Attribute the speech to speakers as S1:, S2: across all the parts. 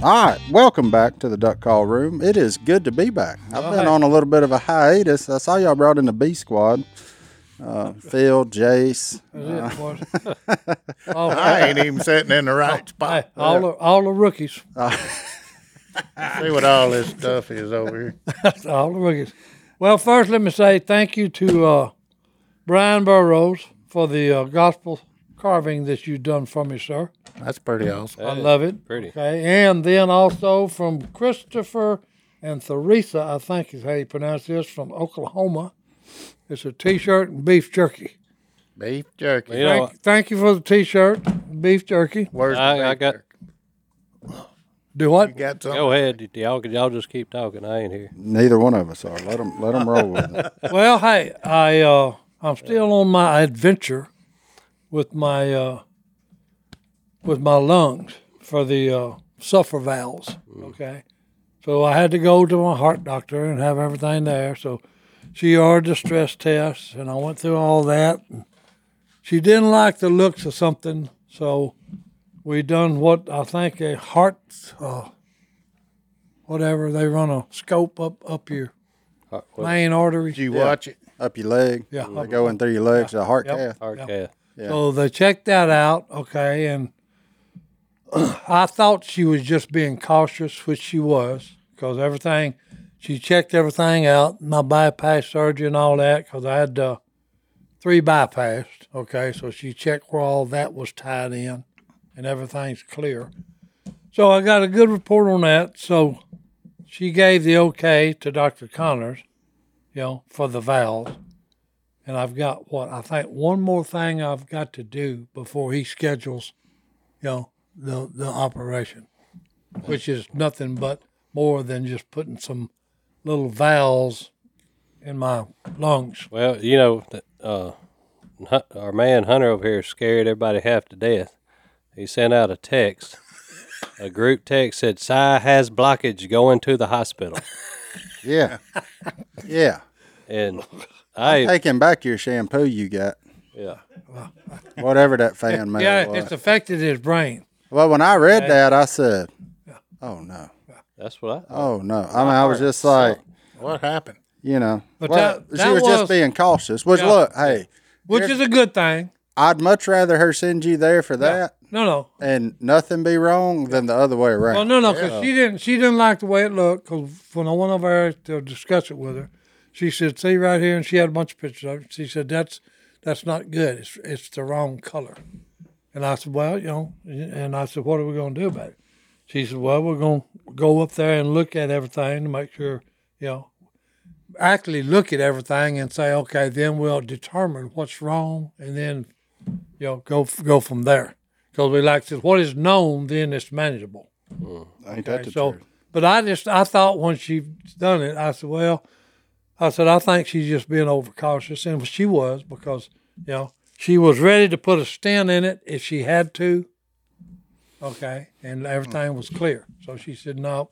S1: All right, welcome back to the Duck Call Room. It is good to be back. I've been on a little bit of a hiatus. I saw y'all brought in the B Squad. Uh, Phil, Jace,
S2: Uh,
S3: That's it, boys. all,
S4: I ain't even sitting in the right
S3: hey,
S4: spot.
S3: all the all the rookies,
S4: See what all this stuff is over here.
S3: all the rookies. Well, first let me say thank you to uh, Brian Burrows for the uh, gospel carving that you've done for me, sir.
S4: That's pretty awesome.
S3: I love it.
S2: pretty.
S3: Okay, and then also from Christopher and Theresa, I think is how you pronounce this, from Oklahoma. It's a T-shirt and beef jerky.
S4: Beef jerky.
S2: You know,
S3: Thank, thank you for the T-shirt, beef jerky.
S4: Where's the
S2: I- I
S4: beef
S2: got-
S4: jerky?
S3: Do what?
S4: You got some?
S2: Go ahead, y'all. Y'all just keep talking. I ain't here.
S1: neither one of us are. Let them, let them roll with it.
S3: Well, hey, I uh, I'm still on my adventure with my uh, with my lungs for the uh, sulfur valves. Okay, so I had to go to my heart doctor and have everything there. So she ordered a stress test, and I went through all that. She didn't like the looks of something, so we done what I think a heart, uh, whatever they run a scope up up your
S2: Hard,
S3: main arteries.
S4: Did you watch it?
S1: Up your leg.
S3: Yeah.
S1: They go in through your legs, a heart
S3: Yep.
S1: cath.
S2: hard
S3: Yeah.
S2: cast.
S3: So they checked that out, okay, and I thought she was just being cautious, which she was, because everything, she checked everything out, my bypass surgery and all that, because I had uh, three bypassed, okay, so she checked where all that was tied in, and everything's clear. So I got a good report on that, so she gave the okay to Dr. Connors, you know, for the valves and I've got what I think one more thing I've got to do before he schedules, you know, the the operation, which is nothing but more than just putting some little valves in my lungs.
S2: Well, you know, th- uh, Hun- our man Hunter over here scared everybody half to death. He sent out a text. A group text said, "Sai has blockage. Going to the hospital."
S1: Yeah. Yeah.
S2: And I,
S1: Taking back your shampoo you got,
S2: yeah,
S1: whatever that fan mail
S3: yeah,
S1: was.
S3: it's affected his brain.
S1: well, when I read that, I said, oh no.
S2: that's what I.
S1: Oh no. I mean, I was just like,
S4: What happened?
S1: you know,
S3: But
S1: well,
S3: that-
S1: she
S3: that
S1: was,
S3: was-
S1: just being cautious. Which,
S3: Yeah.
S1: look, hey,
S3: Which is a good thing.
S1: I'd much rather her send you there for that
S3: No, no,
S1: and nothing be wrong than the other way around.
S3: well, no, no, because she didn't. She didn't like the way it looked. Because when I went over there to discuss it with her, she said, "See right here," and she had a bunch of pictures of it. She said, "That's that's not good. It's it's the wrong color." And I said, "Well, you know," and I said, "What are we going to do about it?" She said, "Well, we're going to go up there and look at everything to make sure, you know." Actually, look at everything and say, okay, then we'll determine what's wrong, and then, you know, go go from there. Because we like to, what is known, then it's manageable.
S1: Ain't that the
S3: So,
S1: truth?
S3: but I just I thought when she done it, I said, well, I said I think she's just being overcautious, and she was because you know she was ready to put a stent in it if she had to. Okay, and everything was clear, so she said no.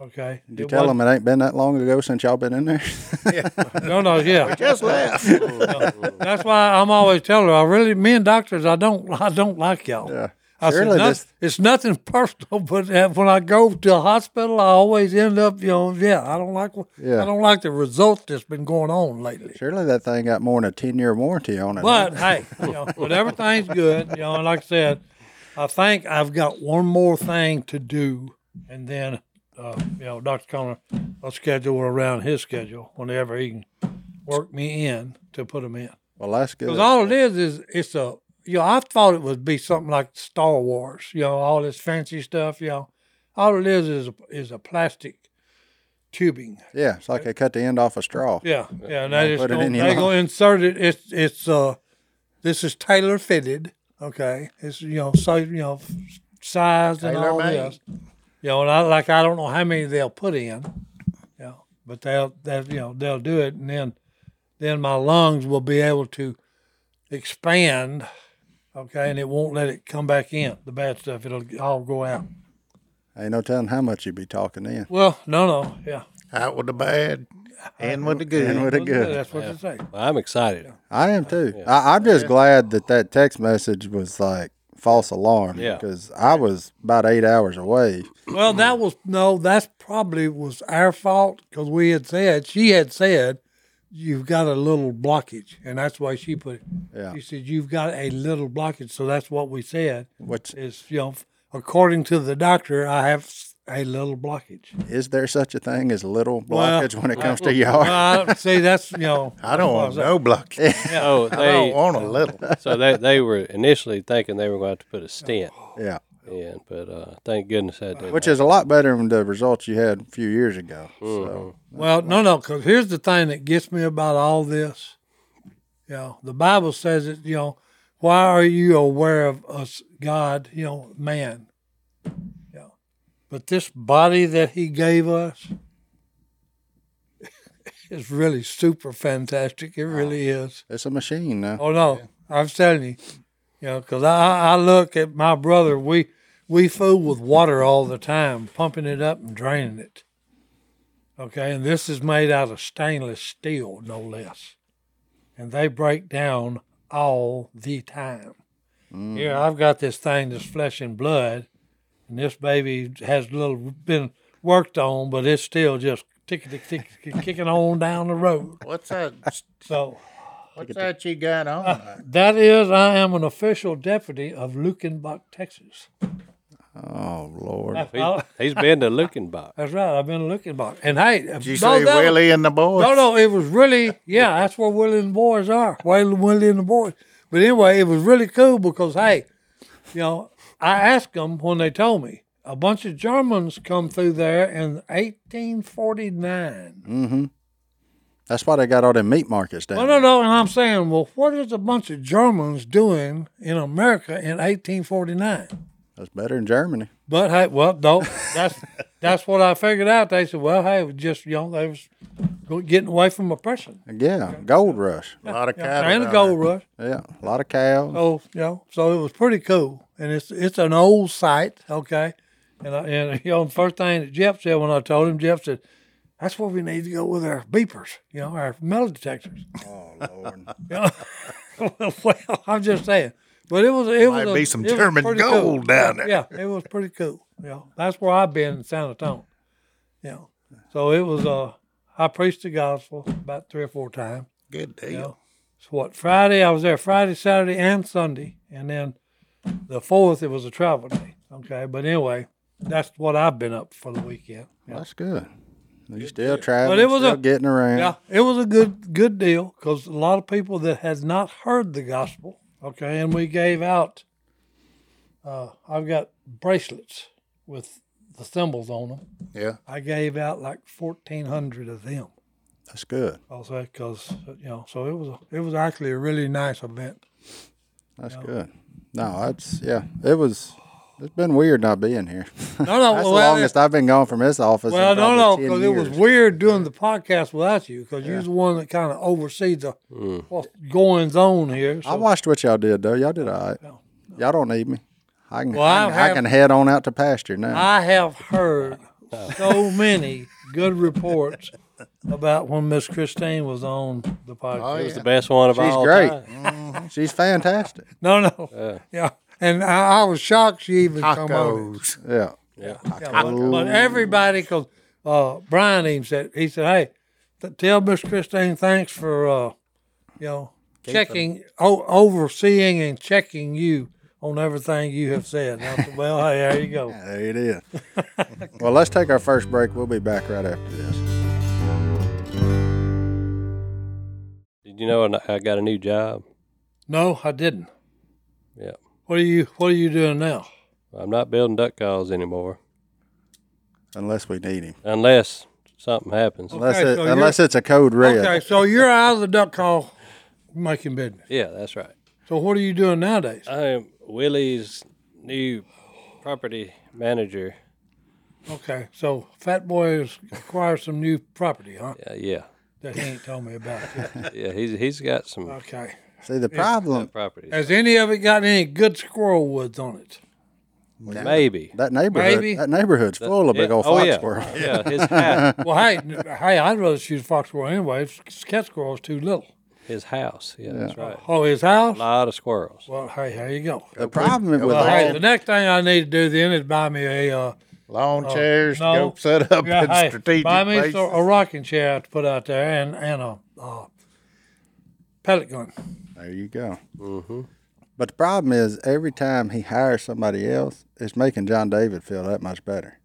S3: Okay,
S1: You
S3: It
S1: tell
S3: wasn't-
S1: them it ain't been that long ago since y'all been in there.
S3: No, no, yeah.
S4: Just left.
S3: That's why I'm always telling her. I really, me and doctors, I don't, I don't like y'all.
S1: Yeah.
S3: I said,
S1: Surely
S3: "Noth-
S1: this-
S3: it's nothing personal, but when I go to the hospital, I always end up, you know, yeah, I don't like,
S1: Yeah.
S3: I don't like the result that's been going on lately.
S1: Surely that thing got more than a 10 year warranty on it.
S3: But hey, you know, but everything's good, you know. And like I said, I think I've got one more thing to do, and then, uh, you know, Doctor Connor, I'll schedule around his schedule whenever he can work me in to put him in.
S1: well, that's good.
S3: Because all it is is it's a you know, I thought it would be something like Star Wars, you know, all this fancy stuff, you know. All it is is a, is a plastic tubing.
S1: yeah, it's like they cut the end off a straw.
S3: Yeah, yeah. And they just
S1: put it
S3: gonna,
S1: in your
S3: they
S1: mouth.
S3: gonna insert it. It's it's uh, this is tailor fitted. Okay, it's you know so you know size and all
S4: Tailor-made.
S3: this. You know, and I like I don't know how many they'll put in. You know, but they'll they will you know they'll do it, and then then my lungs will be able to expand. Okay, and it won't let it come back in the bad stuff. It'll all go out.
S1: Ain't no telling how much you be talking in.
S3: Well, no, no, yeah.
S4: Out with the bad, in with the good.
S1: And with a good.
S3: That's what they say.
S2: Well, I'm excited.
S1: I am too. I, I'm just glad that that text message was like false alarm.
S2: Yeah.
S1: Because I was about eight hours away.
S3: Well, that was no. That's probably was our fault because we had said she had said you've got a little blockage, and that's why she put it.
S1: Yeah.
S3: She said you've got a little blockage, so that's what we said.
S1: Which
S3: Is you know, according to the doctor, I have s- a little blockage.
S1: is there such a thing as little
S3: Well,
S1: blockage when it comes to yard?
S3: Uh, see, that's you know.
S4: I don't want no blockage.
S2: Oh,
S4: I don't
S2: they
S4: want a little.
S2: so they they were initially thinking they were going to put a stent
S1: yeah.
S4: Oh.
S2: in, but uh, thank goodness that didn't.
S1: Which is a lot better than the results you had a few years ago.
S3: Mm-hmm.
S1: So
S3: Well, no, no, because here's the thing that gets me about all this. You know, the Bible says it, you know, why are you aware of us, God, you know, man? You know, but this body that he gave us is really super fantastic. It really is.
S1: it's a machine now.
S3: Oh no, I'm telling you, you know, because I I look at my brother. We we fool with water all the time, pumping it up and draining it. Okay, and this is made out of stainless steel, no less, and they break down all the time. Here I've got this thing that's flesh and blood, and this baby has little been worked on, but it's still just tick tick tick tick, kicking on down the road.
S4: What's that?
S3: So.
S4: What's that you got on?
S3: That is, I am an official deputy of Lukenbach, Texas.
S1: Oh Lord.
S2: he's, Mm-hmm. he's been to Lukenbach.
S3: That's right. I've been to Lukenbach. And hey,
S4: Did you say Willie and the boys?
S3: No, no, it was really, yeah, that's where Willie and the boys are. Where Willie and the boys. But anyway, it was really cool because, hey, you know, I asked them when they told me a bunch of Germans come through there in 1849.
S1: That's why they got all them meat markets down.
S3: Well, no, no, and I'm saying, well, what is a bunch of Germans doing in America in 1849?
S1: That's better in Germany.
S3: But hey, well, no, that's that's what I figured out. They said, well, hey, it was just you know they was go- getting away from oppression
S1: Yeah. Gold rush.
S4: A lot of cattle.
S3: and the
S4: down
S3: gold rush.
S1: Yeah. A lot of cows.
S3: So you know, Oh, so it was pretty cool, and it's it's an old site, okay. And I, and you know, the first thing that Jeff said when I told him, Jeff said, that's where we need to go with our beepers, you know, our metal detectors.
S1: Oh Lord.
S3: well, I'm just saying. But it was it
S4: Might
S3: was a-
S4: be some
S3: it was
S4: German
S3: pretty cool.
S4: gold down there.
S3: Yeah, it was pretty cool. Yeah, that's where I've been in San Antonio. Yeah, so it was. Uh, I preached the gospel about three or four times.
S4: there. Good deal.
S3: You know, so what Friday I was there Friday, Saturday, and Sunday, and then the fourth it was a travel day. Okay, but anyway, that's what I've been up for the weekend. Yeah.
S1: That's good. You still traveling,
S3: But it was
S1: still
S3: a-
S1: getting around.
S3: Yeah, it was a good good deal because a lot of people that had not heard the gospel, okay, and we gave out. Uh, I've got bracelets with the symbols on them.
S4: Yeah.
S3: I gave out like fourteen hundred of them.
S1: That's good.
S3: Also, because you know, so it was it was actually a really nice event.
S1: That's good. No, that's yeah. It was. It's been weird not being here.
S3: No, no,
S1: that's
S3: well,
S1: the longest
S3: it,
S1: I've been gone from this office. in
S3: well, no,
S1: probably
S3: no,
S1: 10
S3: because it was
S1: years.
S3: weird doing the podcast without you because you're the one that kind of oversees the what's goings on here.
S1: I
S3: So
S1: watched what y'all did though. Y'all did all right.
S3: No,
S1: Y'all don't need me. I can.
S3: Well,
S1: I,
S3: I
S1: can I
S3: have-
S1: can head on out to pasture now.
S3: I have heard so many good reports about when Miss Christine was on the podcast.
S2: It was the best one of
S1: She's
S2: all
S1: great.
S2: time.
S1: She's fantastic.
S3: No, no, yeah, and I, I was shocked she even come on. it.
S4: Tacos.
S1: Yeah.
S2: Yeah.
S3: But, but everybody, because uh, Brian even said, he said, hey, th- tell Miss Christine thanks for, uh, you know, checking, o- overseeing and checking you on everything you have said. And I said, well, hey, there you go.
S1: There it is. well, let's take our first break. We'll be back right after this.
S2: Did you know I got a new job?
S3: No, I didn't.
S2: Yeah.
S3: What are you What are you doing now?
S2: I'm not building duck calls anymore
S1: Unless we need him.
S2: unless something happens.
S1: Unless
S3: Okay,
S1: it,
S3: so you're-
S1: unless it's a code red.
S3: Okay, so you're out of the duck call making business.
S2: Yeah, that's right.
S3: So what are you doing nowadays?
S2: I am Willie's new property manager.
S3: Okay, so Fat Boy has acquired some new property, huh?
S2: Uh, yeah.
S3: That he ain't told me about. yet.
S2: Yeah, he's he's got some
S3: Okay.
S1: See the problem.
S2: properties.
S3: Has any of it got any good squirrel woods on it?
S2: Maybe.
S1: That neighborhood,
S3: Maybe.
S1: that neighborhood's full of big old
S2: oh,
S1: fox
S2: yeah.
S1: squirrels.
S2: Yeah, his house.
S3: Well, hey, n- hey, I'd rather shoot a fox squirrel anyway. It's- Cat squirrel's too little.
S2: His house. Yeah, that's right.
S3: Oh, his house?
S2: A lot of squirrels.
S3: Well, hey, there you go.
S1: The problem with
S3: Well, hey, the
S1: all,
S3: next thing I need to do then is buy me a uh,
S4: Lawn chairs to
S3: no.
S4: go set up
S3: yeah,
S4: in
S3: hey,
S4: strategic
S3: buy me
S4: places.
S3: so- a rocking chair to put out there and and a uh, pellet gun.
S1: there you go. Mm-hmm. But the problem is, every time he hires somebody else, it's making John David feel that much better.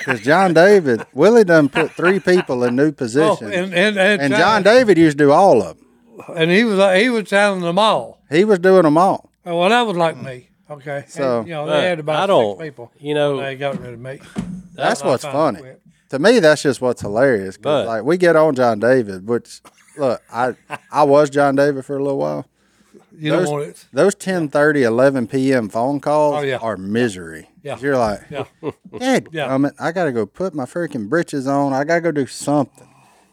S1: Because John David, Willie done put three people in new
S3: Oh,
S1: positions, and,
S3: and and, and,
S1: John David used to do all of them.
S3: and he was uh, he was selling them all.
S1: He was doing them all.
S3: Oh, Well, that was like me. Okay, And,
S1: Hmm. So,
S3: you know
S2: But
S3: they had
S2: I
S3: about
S2: don't,
S3: six people.
S2: You know,
S3: They got rid of me.
S1: That's
S3: I
S1: what's
S3: finally
S1: funny.
S3: quit.
S1: To me, that's just what's hilarious. 'cause,
S2: But-
S1: like we get on John David, which look, I I was John David for a little while.
S3: You don't
S1: Those-
S3: want it.
S1: Those 10 11 p.m. phone calls
S3: Oh, yeah.
S1: are misery.
S3: Yeah.
S1: You're like,
S3: Yeah.
S1: Dad,
S3: Yeah.
S1: I got to go put my freaking britches on. I got to go do something.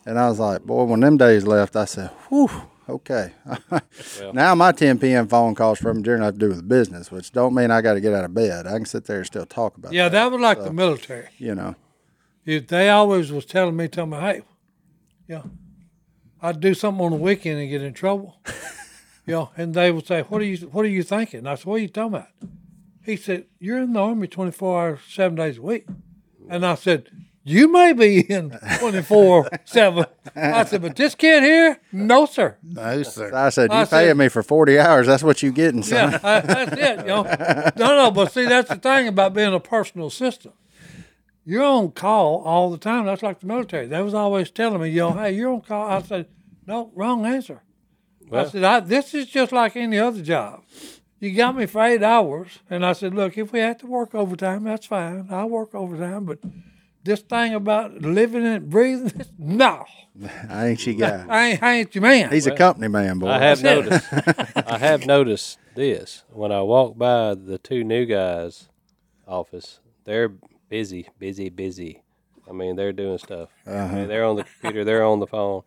S1: And I was like, boy, when them days left, I said, whew, okay. Now my 10 p.m. phone calls from during have to do with business, which don't mean I got to get out of bed. I can sit there and still talk about
S3: Yeah,
S1: that,
S3: that was like the military.
S1: you know.
S3: If they always was telling me, telling me, hey, yeah, I'd do something on the weekend and get in trouble. yeah, and they would say, what are you, what are you thinking? And I said, what are you talking about? He said, you're in the army 24 hours, seven days a week. And I said, you may be in 24 seven. I said, but this kid here, no sir.
S4: No, sir.
S1: I said, you
S3: I said-
S1: paying me for 40 hours. That's what you getting, son.
S3: Yeah, I- that's it. You know, no, no. But see, that's the thing about being a personal assistant. You're on call all the time. That's like the military. They was always telling me, you know, hey, you're on call. I said, no, wrong answer. I said, I, this is just like any other job. You got me for eight hours, and I said, look, if we have to work overtime, that's fine. I'll work overtime, but this thing about living and breathing, no,
S1: I ain't you guy.
S3: I ain't, I ain't your man.
S1: He's a company man, boy.
S2: I have
S3: That's it.
S2: noticed. I have noticed this when I walk by the two new guys' office. They're busy, busy, busy. I mean, they're doing stuff. I
S3: Uh-huh.
S2: mean, they're on the computer. They're on the phone.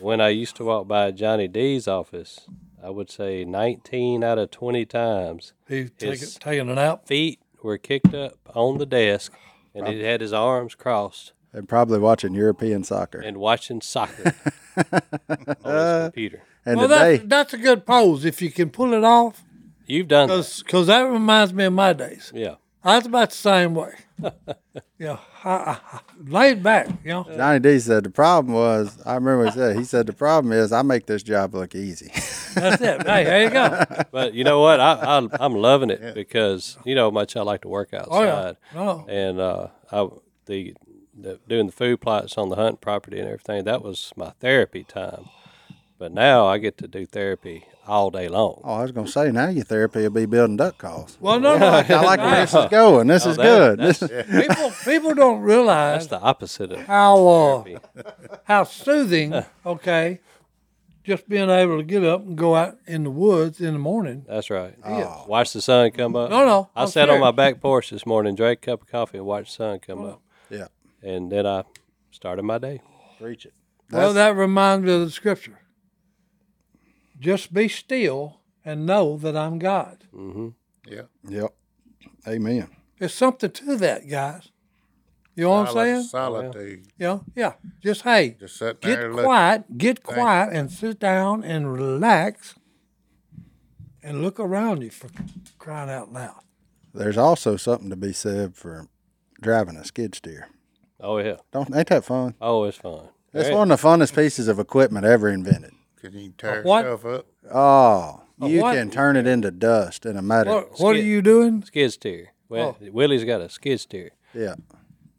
S2: When I used to walk by Johnny D's office, I would say 19 out of 20 times
S3: He's taking,
S2: His-
S3: taking a nap.
S2: feet were kicked up on the desk, and he had his arms crossed
S1: They're probably watching European soccer.
S2: and watching soccer
S3: Uh,
S2: on his computer.
S1: And
S3: Well,
S1: today,
S3: that's, that's a good pose if you can pull it off.
S2: You've done that.
S3: Because that reminds me of my days.
S2: yeah.
S3: I was about the same way. yeah, I, I, I- laid back, you know.
S1: Johnny D said the problem was I remember what he said. He said the problem is I make this job look easy.
S3: That's it. Hey, there you go.
S2: But you know what? I, I I'm loving it because you know how much I like to work outside.
S3: Oh, yeah. No.
S2: And uh, I the, the doing the food plots on the hunt property and everything. That was my therapy time. But now I get to do therapy all day long.
S1: oh, I was gonna say now your therapy will be building duck calls.
S3: Well, no, no.
S1: I like where this is going. This is
S2: that-
S1: good.
S2: that's-
S1: This is,
S3: people, people don't
S2: That's
S3: realize
S2: the opposite of
S3: how
S2: therapy.
S3: uh, how soothing, okay, just being able to get up and go out in the woods in the morning.
S2: That's right. Watch the sun come up.
S3: Oh. No, no,
S2: I
S3: I'm Oh,
S2: sat on
S3: serious.
S2: my back porch this morning, drank a cup of coffee, and watched the sun come up.
S1: yeah,
S2: And then I started my day.
S1: reach it.
S3: well, that reminds me of the scripture. Just be still and know that I'm God.
S4: Yeah.
S1: Yep. Amen.
S3: There's something to that, guys. You know what I'm
S4: Solid-
S3: saying?
S4: Solitude.
S3: Yeah, yeah. Just hey,
S4: Just sitting there
S3: get
S4: looking.
S3: quiet, get quiet, and sit down and relax, and look around you for crying out loud.
S1: There's also something to be said for driving a skid steer.
S2: Oh yeah.
S1: Don't ain't that fun?
S2: Oh, it's fun.
S1: It's
S2: Very-
S1: one of the funnest pieces of equipment ever invented.
S4: Can you tear
S3: what?
S4: yourself up?
S1: Oh, you
S3: what?
S1: can turn it into dust in a matter.
S3: What, what are
S2: skip.
S3: you doing?
S2: skid steer. Well,
S3: Oh.
S2: Willie's got a skid steer.
S1: Yeah,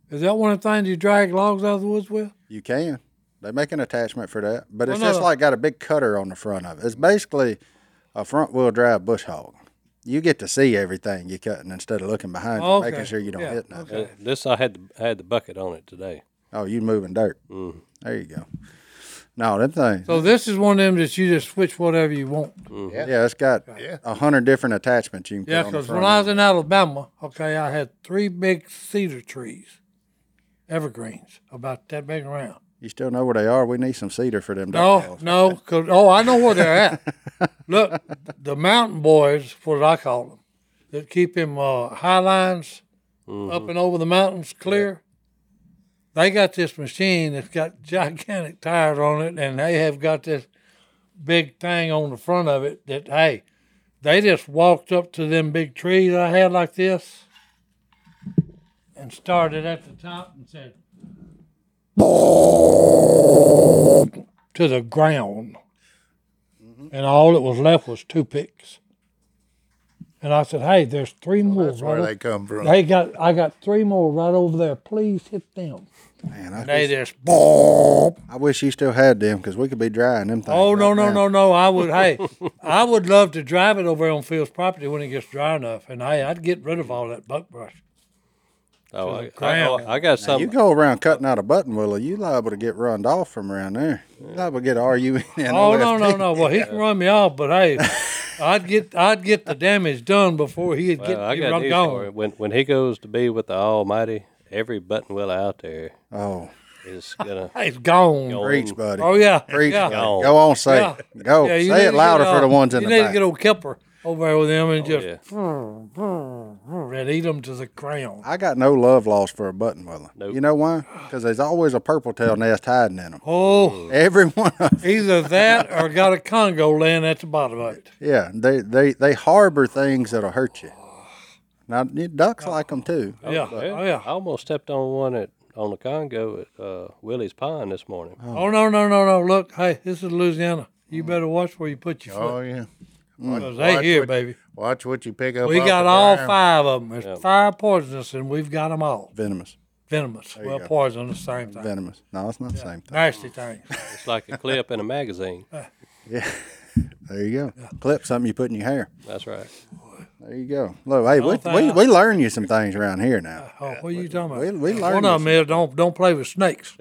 S3: Is that one of the things you drag logs out of the woods with?
S1: you can. They make an attachment for that, but it's
S3: Well, no,
S1: just
S3: no.
S1: like got a big cutter on the front of it. It's basically a front wheel drive bush hog. You get to see everything you're cutting instead of looking behind you,
S3: Okay.
S1: making sure you don't
S3: Yeah,
S1: hit nothing.
S2: Uh, This I had the I had the bucket on it today.
S1: Oh, you moving dirt. There you go. No, them things.
S3: So this is one of them that you just switch whatever you want.
S1: yeah, it's got
S4: Yeah.
S1: a hundred different attachments you can put
S3: Yeah,
S1: on the
S3: because
S1: front.
S3: when I was in Alabama, okay, I had three big cedar trees, evergreens, about that big around.
S1: you still know where they are. We need some cedar for them.
S3: No,
S1: dovetails.
S3: no, oh, 'cause- oh, I know where they're at. Look, the mountain boys, what I call them, that keep him uh, high lines up and over the mountains clear. They got this machine that's got gigantic tires on it, and they have got this big thing on the front of it that hey, they just walked up to them big trees I had like this and started at the top and said to the ground. And all that was left was two picks. And I said, Hey, there's three more.
S4: That's where
S3: brother."
S4: they come from.
S3: They got I got three more right over there. Please hit them.
S1: Man, I,
S3: They just
S1: I wish you still had them because we could be drying them things.
S3: Oh no
S1: right
S3: no
S1: now.
S3: no no! I would hey, I would love to drive it over on Phil's property when it gets dry enough, and I I'd get rid of all that buck brush.
S2: Oh, I, I,
S3: ground.
S2: I got
S3: Um,
S1: You
S2: something.
S1: go around cutting out a button willow, you liable to get runned off from around there. You liable to get RU in. and
S3: Oh no no
S1: OFT.
S3: no! Well, he can run me off, but hey, I'd get I'd get the damage done before he'd get
S2: Well, uh, I
S3: be
S2: got
S3: run
S2: news for you.
S3: gone.
S2: When when he goes to be with the Almighty, every button willow out there
S1: Oh,
S2: is gonna.
S3: Hey, he's gone.
S2: Go.
S1: preach, buddy.
S3: Oh yeah,
S1: Preach,
S3: yeah.
S1: buddy.
S2: Go.
S1: Go on, say
S3: Yeah.
S1: it. Go.
S3: Yeah, you need
S1: say
S3: to
S1: it
S3: get,
S1: louder for
S3: uh,
S1: the ones in
S3: you
S1: the
S3: need
S1: back. Oh,
S3: to get old Kipper over there with him and just
S2: yeah,
S3: and eat him to the ground.
S1: I got no love lost for a button willow.
S2: Nope.
S1: You know why? Because there's always a purple tail nest hiding in them.
S3: Oh,
S1: Every one of 'em.
S3: either that or got a Congo laying at the bottom of it.
S1: Yeah, they, they, they harbor things that'll hurt you. Now, you- ducks like 'em too.
S3: Yeah, oh yeah.
S2: I almost stepped on one at on the Congo at uh, Willie's Pond this morning.
S3: Oh no no no no! Look, hey, this is Louisiana.
S1: Mm.
S3: You better watch where you put your
S4: Oh
S3: foot.
S4: yeah.
S3: 'cause they
S4: watch
S3: here,
S4: what-
S3: baby.
S4: Watch what you pick up.
S3: We
S4: off
S3: got
S4: the
S3: all
S4: ground.
S3: five of them. There's five poisonous, and we've got them all.
S1: Venomous.
S3: Venomous. Well,
S1: go. Oh.
S3: poisonous, same thing.
S1: Venomous. No, it's not the same thing.
S3: Nasty things.
S2: It's like a clip in a magazine.
S1: There you go. Clip something you put in your hair.
S2: That's right.
S1: There you go. Look, hey, we,
S3: thing
S1: we,
S3: I-
S1: we learn you some things around here now.
S3: Oh, what are you talking about?
S1: we- we
S3: One
S1: learned
S3: of them is don't don't play with snakes.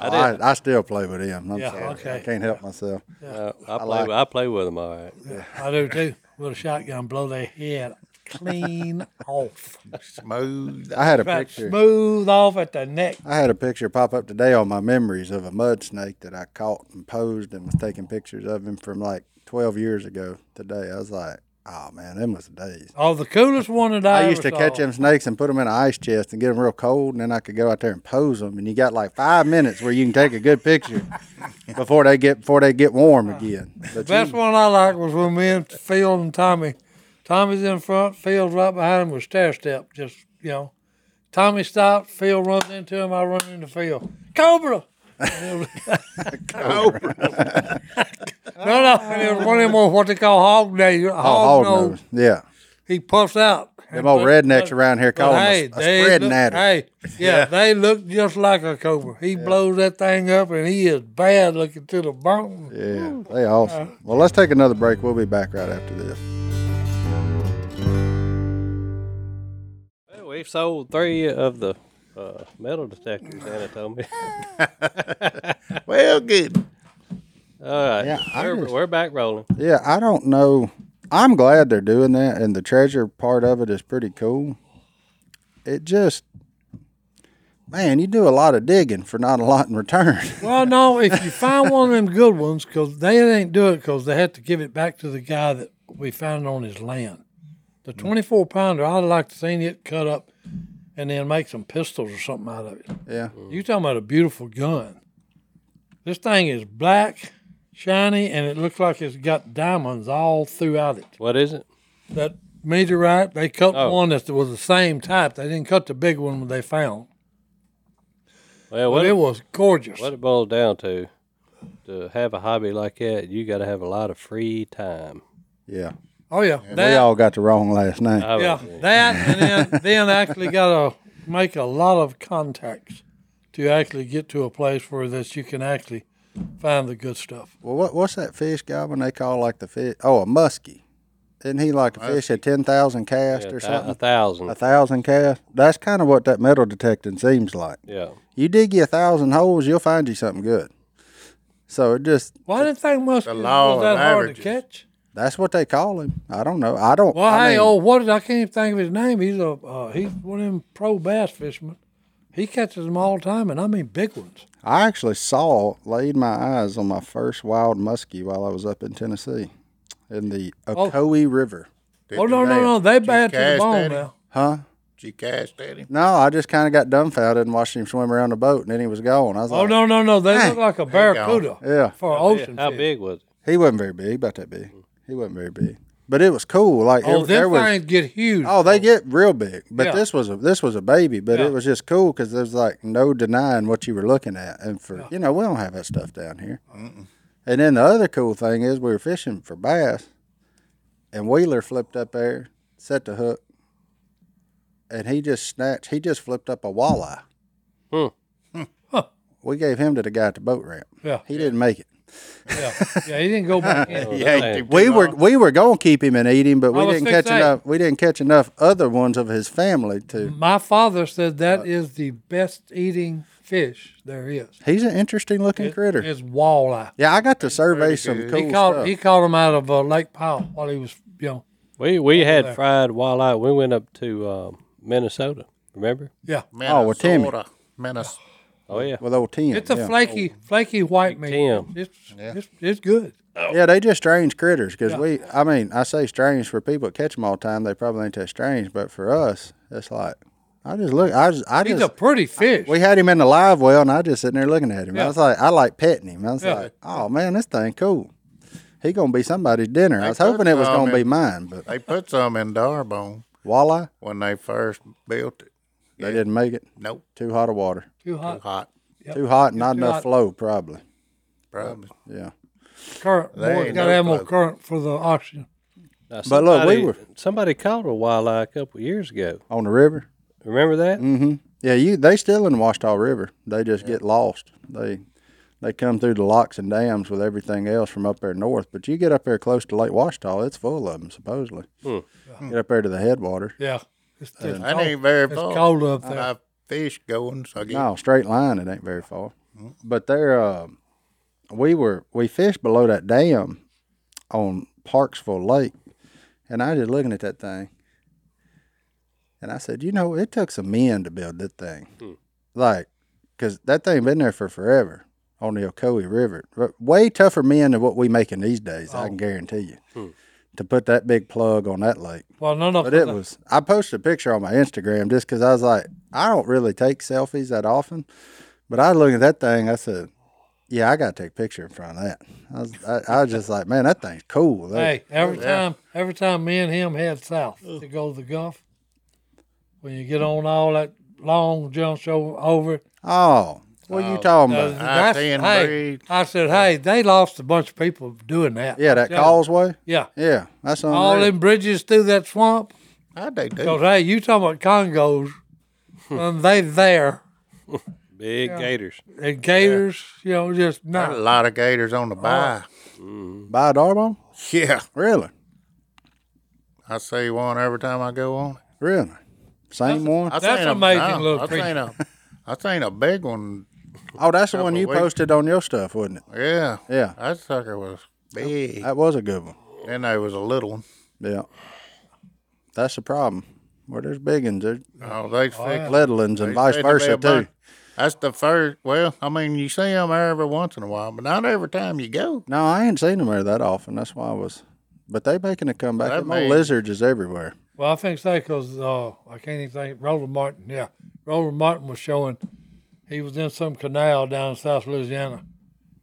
S1: I, I, still play with him. I'm
S3: Yeah,
S1: sorry.
S3: okay.
S1: I can't help myself.
S2: Uh, I play
S1: like
S2: with, I play with them all right.
S3: I do too. With a shotgun, blow their head clean off.
S4: Smooth.
S1: I had a
S3: Right,
S1: picture.
S3: smooth off at the neck.
S1: I had a picture pop up today on my memories of a mud snake that I caught and posed and was taking pictures of him from like 12 years ago today. I was like, oh man, them was the days.
S3: Oh, the coolest one that I,
S1: I used
S3: ever
S1: to catch
S3: saw.
S1: them snakes and put them in an ice chest and get them real cold, and then I could go out there and pose them. And you got like five minutes where you can take a good picture before they get before they get warm again. But you-
S3: Best one I liked was when me and Field and Tommy, Tommy's in front, Field's right behind him with stair step. Just you know, Tommy stops, Field runs into him, I run into Field. Cobra. Cobra. no, no, and it was one of them old, what they call hog nose. Hog,
S1: oh, hog
S3: nose.
S1: nose. Yeah,
S3: He puffs out.
S1: them old rednecks around here
S3: But
S1: call them
S3: hey,
S1: a, a
S3: they
S1: spreading
S3: look-
S1: adder.
S3: Hey, yeah, they look just like a cobra. He blows that thing up, and he is bad looking to the bone.
S1: Yeah, they awesome. Well, let's take another break. We'll be back right after this.
S2: Well, we've sold three of the uh, metal detectors, Anna told me.
S4: Well, good.
S2: All right.
S1: Yeah, I
S2: we're,
S1: just-
S2: we're back rolling.
S1: Yeah, I don't know. I'm glad they're doing that, and the treasure part of it is pretty cool. It just, man, you do a lot of digging for not a lot in return.
S3: Well, no, if you find one of them good ones, because they ain't do it because they had to give it back to the guy that we found on his land.
S2: Mm.
S3: The 24 pounder, I'd like to seen it cut up and then make some pistols or something out of it.
S1: yeah,
S3: You talking about a beautiful gun. This thing is black, shiny, and it looks like it's got diamonds all throughout it.
S2: What is it?
S3: That meteorite, they cut
S2: Oh.
S3: one that was the same type. They didn't cut the big one they found.
S2: Well,
S3: But
S2: what
S3: it
S2: it,
S3: was gorgeous.
S2: what it boils down to, to have a hobby like that, you got to have a lot of free time.
S1: yeah.
S3: Oh, yeah.
S1: We
S3: That-
S1: all got the wrong last name.
S2: I would
S3: Yeah,
S2: think.
S3: that and then then actually got to make a lot of contacts to actually get to a place where that you can actually find the good stuff.
S1: Well, what, what's that fish goblin they call like the fish? Oh, a muskie. Isn't he like a fish at 10,000 cast
S2: Yeah,
S1: or
S2: a thou- a
S1: something?
S2: thousand.
S1: A thousand cast? That's kind of what that metal detecting seems like.
S2: yeah.
S1: You dig you a thousand holes, you'll find you something good. So it just,
S3: Why did they must be
S4: law
S3: was that
S4: of
S3: hard to
S4: averages.
S3: catch?
S1: that's what they call him. I don't know. I don't.
S3: Well,
S1: I
S3: hey,
S1: mean-
S3: oh, what? I can't even think of his name. He's a uh, he's one of them pro bass fishermen. He catches them all the time, and I mean big ones.
S1: I actually saw, laid my eyes on my first wild muskie while I was up in Tennessee in the Ocoee River.
S3: Oh no, no, no! They bad to the
S4: cashed
S3: bone
S4: at him?
S3: now.
S1: Huh?
S4: She cashed at him.
S1: No, I just kind of got dumbfounded and watched him swim around the boat, and then he was gone. I was
S3: Oh
S1: like,
S3: no, no, no! They
S1: Hey.
S3: look like a barracuda
S1: yeah.
S3: for ocean.
S2: How
S3: fish.
S2: big was it?
S1: He wasn't very big, about that big. He wasn't very big, but it was cool. Like
S3: Oh,
S1: it, there
S3: them
S1: was.
S3: things get huge.
S1: Oh, they get real big, but
S3: Yeah.
S1: this was a this was a baby, but
S3: Yeah.
S1: it was just cool because there's like no denying what you were looking at, and for you know we don't have that stuff down here. And then the other cool thing is we were fishing for bass, and Wheeler flipped up there, set the hook, and he just snatched. He just flipped up a walleye.
S2: Hmm.
S1: We gave him to the guy at the boat ramp.
S3: Yeah,
S1: He didn't make it.
S3: yeah, yeah. He didn't go back in.
S2: Oh,
S4: Yanked
S2: dang.
S4: him too
S1: We were
S4: long.
S1: we were gonna keep him and eat him, but we
S3: I was
S1: didn't
S3: fixed
S1: catch
S3: eight.
S1: enough. We didn't catch enough other ones of his family to.
S3: My father said
S1: Uh,
S3: that is the best eating fish there is.
S1: He's an interesting looking critter.
S3: It's walleye.
S1: yeah, I got to survey some
S4: good.
S1: cool
S3: he caught
S1: stuff.
S3: he caught him out of uh, Lake Powell while he was young.
S2: We we had
S3: there.
S2: fried walleye. We went up to um, Minnesota. Remember?
S3: Yeah,
S1: Oh, well, Timmy.
S4: Minnesota. Minnes-
S2: Oh yeah.
S1: with old Tim.
S3: it's a
S1: yeah.
S3: flaky flaky white meat.
S2: Tim.
S3: It's, it's it's good.
S1: yeah, they just strange critters because we. I mean, I say strange for people that catch them all the time. They probably ain't that strange, but for us, it's like I just look. I just. I
S3: He's
S1: just
S3: a pretty fish.
S1: we had him in the live well, and I just sitting there looking at him. I
S3: Yeah.
S1: was like, I like petting him. I was
S3: Yeah.
S1: like, oh man, this thing cool. He gonna be somebody's dinner. I was hoping it was
S4: Oh,
S1: gonna
S4: man.
S1: be mine, but
S4: They put some in Darbon
S1: walleye,
S4: when they first built it.
S1: they didn't make it.
S4: Nope,
S1: Too hot of water.
S3: Too
S4: too
S3: hot.
S4: hot.
S1: Too hot and not
S3: too
S1: enough
S3: hot.
S1: flow, probably.
S4: Probably.
S1: Yeah.
S3: Current.
S4: There
S3: Boy,
S4: ain't
S3: got
S4: no
S3: to have more
S4: problem.
S3: current for the oxygen.
S2: Now,
S1: But look, we
S2: somebody-
S1: were-
S2: somebody caught a walleye a couple years ago.
S1: On the river.
S2: Remember that?
S1: hmm Yeah, you they still in the Washita River. They just get lost. They they come through the locks and dams with everything else from up there north. But you get up there close to Lake Washita, it's full of them supposedly. Get up there to the headwater.
S3: Yeah, it's, it's
S4: That
S3: cold.
S4: ain't very
S3: It's
S4: far.
S3: cold up there.
S4: I fish going, so I get
S1: No, straight line. It ain't very far. But there, uh, we were we fished below that dam on Parksville Lake, and I was just looking at that thing, and I said, you know, it took some men to build that thing, Like 'cause like, cause that thing been there for forever on the Ocoee River. But way tougher men than what we making these days. I can guarantee you. To put that big plug on that lake.
S3: well, no, no,
S1: But it was. I posted a picture on my Instagram just because I was like, I don't really take selfies that often, but I looked at that thing. I said, Yeah, I got to take a picture in front of that. I was, I, I was just like, Man, that thing's cool. That-
S3: Hey, every time, every time me and him head south to go to the Gulf, when you get on all that long jumps over, over it,
S1: Oh, what are you talking about?
S3: that's-
S4: I-10
S3: hey,
S4: bridge.
S3: I said, hey, they lost a bunch of people doing that.
S1: yeah, that causeway.
S3: Yeah,
S1: Yeah, that's on
S3: all them bridges through that swamp.
S4: How'd they do
S3: Cause
S4: it?
S3: hey, you talking about Congos? and they there
S2: Big gators.
S3: and gators, you know, just
S4: There's A
S3: not.
S4: lot of gators on the bay.
S1: by Darbo.
S4: Yeah.
S1: Really,
S4: I see one every time I go on.
S1: really, same one.
S4: I
S3: That's
S4: seen a-
S3: amazing
S4: no,
S3: little
S4: I seen a, I seen a big one.
S1: Oh, that's the one you
S4: weeks.
S1: posted on your stuff, wasn't it?
S4: Yeah.
S1: Yeah.
S4: That sucker was big.
S1: That was a good one.
S4: Then there was a little one.
S1: Yeah, that's the problem. Where there's big ones, there's
S4: Oh, they fix
S1: little ones, and
S4: They
S1: vice
S4: said to be
S1: versa
S4: a bunch-
S1: too.
S4: That's the first. Well, I mean, you see them every once in a while, but not every time you go.
S1: No, I ain't seen them there that often. That's why I was. But they making a comeback.
S4: That
S1: Them old
S4: means-
S1: lizards is everywhere.
S3: Well, I think so because uh, I can't even think. Roland Martin, yeah, Roland Martin was showing. He was in some canal down in South Louisiana,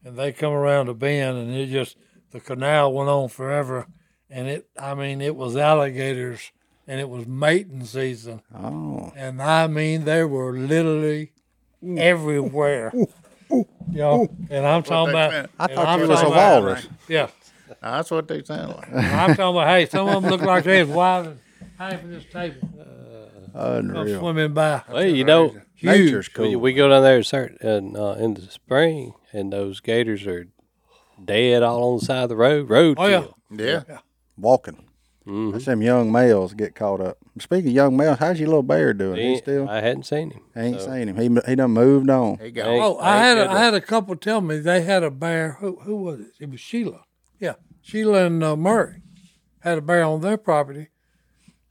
S3: and they come around a bend, and it just the canal went on forever, and it. I mean, it was alligators, and it was mating season,
S1: Oh,
S3: and I mean they were literally everywhere. You know, and I'm talking
S4: they
S3: about.
S4: meant.
S1: I
S3: and
S1: thought
S3: I'm
S1: you was a
S3: talking about-
S1: walrus.
S3: Yeah,
S4: Now, that's what they sound like.
S3: and I'm talking about. Hey, some of them look like they're as wide as half of this table. Come
S1: Unreal.
S3: swimming by.
S2: Well, you know,
S1: Nature's cool.
S2: we, we go down there and start, and, uh, in the spring, and those gators are dead all on the side of the road. Roadkill.
S3: Oh yeah.
S4: Yeah.
S1: Walking.
S2: Mm-hmm.
S1: That's them young males get caught up. Speaking of young males, how's your little bear doing?
S2: He
S1: He
S2: ain't-
S1: still
S2: I hadn't seen him.
S1: I ain't seen him. He he done moved on.
S4: He got
S2: Hey.
S3: Oh, I
S2: Thank
S3: had a, I
S2: goodness.
S3: had a couple tell me they had a bear. Who who was it? It was Sheila. Yeah, Sheila and uh, Murray had a bear on their property,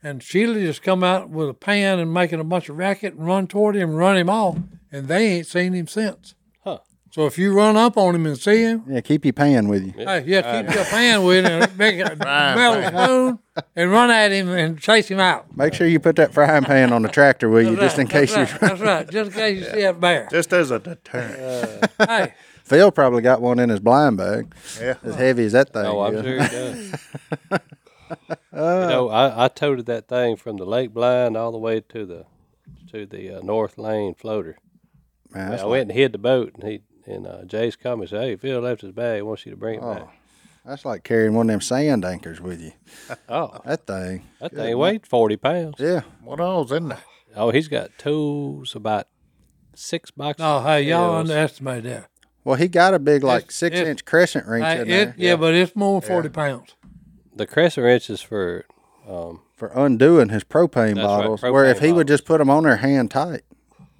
S3: and Sheila just come out with a pan and making a bunch of racket and run toward him, run him off, and they ain't seen him since.
S2: Huh.
S3: So if you run up on him and see him,
S1: Yeah, keep you pan with you.
S3: Hey, yeah, keep your pan with it and make it a metal spoon and run at him and chase him out.
S1: Make sure you put that frying pan on the tractor with you, just in case
S3: That's
S1: you.
S3: right, That's right. Just in case you see that bear.
S4: Just as a deterrent.
S3: Hey,
S1: Phil probably got one in his blind bag.
S4: Yeah.
S1: As heavy as that thing.
S2: Oh, I'm
S1: is.
S2: sure it does. you know, I, I toted that thing from the lake blind all the way to the to the uh, north lane floater.
S1: Man, that's,
S2: I went and hid the boat, and he and uh, Jay's coming and said, "Hey, Phil left his bag. He wants you to bring it
S1: Oh.
S2: back."
S1: that's like carrying one of them sand anchors with you.
S2: Oh,
S1: That thing.
S2: that thing weighed forty pounds.
S1: Yeah.
S4: What all's in there?
S2: Oh, he's got tools about six boxes.
S3: no, Oh, hey, y'all
S2: of pills.
S3: underestimate that.
S1: Well, he got a big like six
S3: it's-
S1: inch crescent wrench
S3: Hey,
S1: in
S3: it,
S1: there
S3: yeah. but it's more than 40 pounds.
S2: the crescent wrench is for um,
S1: for undoing his propane
S2: right,
S1: bottles. where
S2: propane
S1: if he would just put them on there hand tight,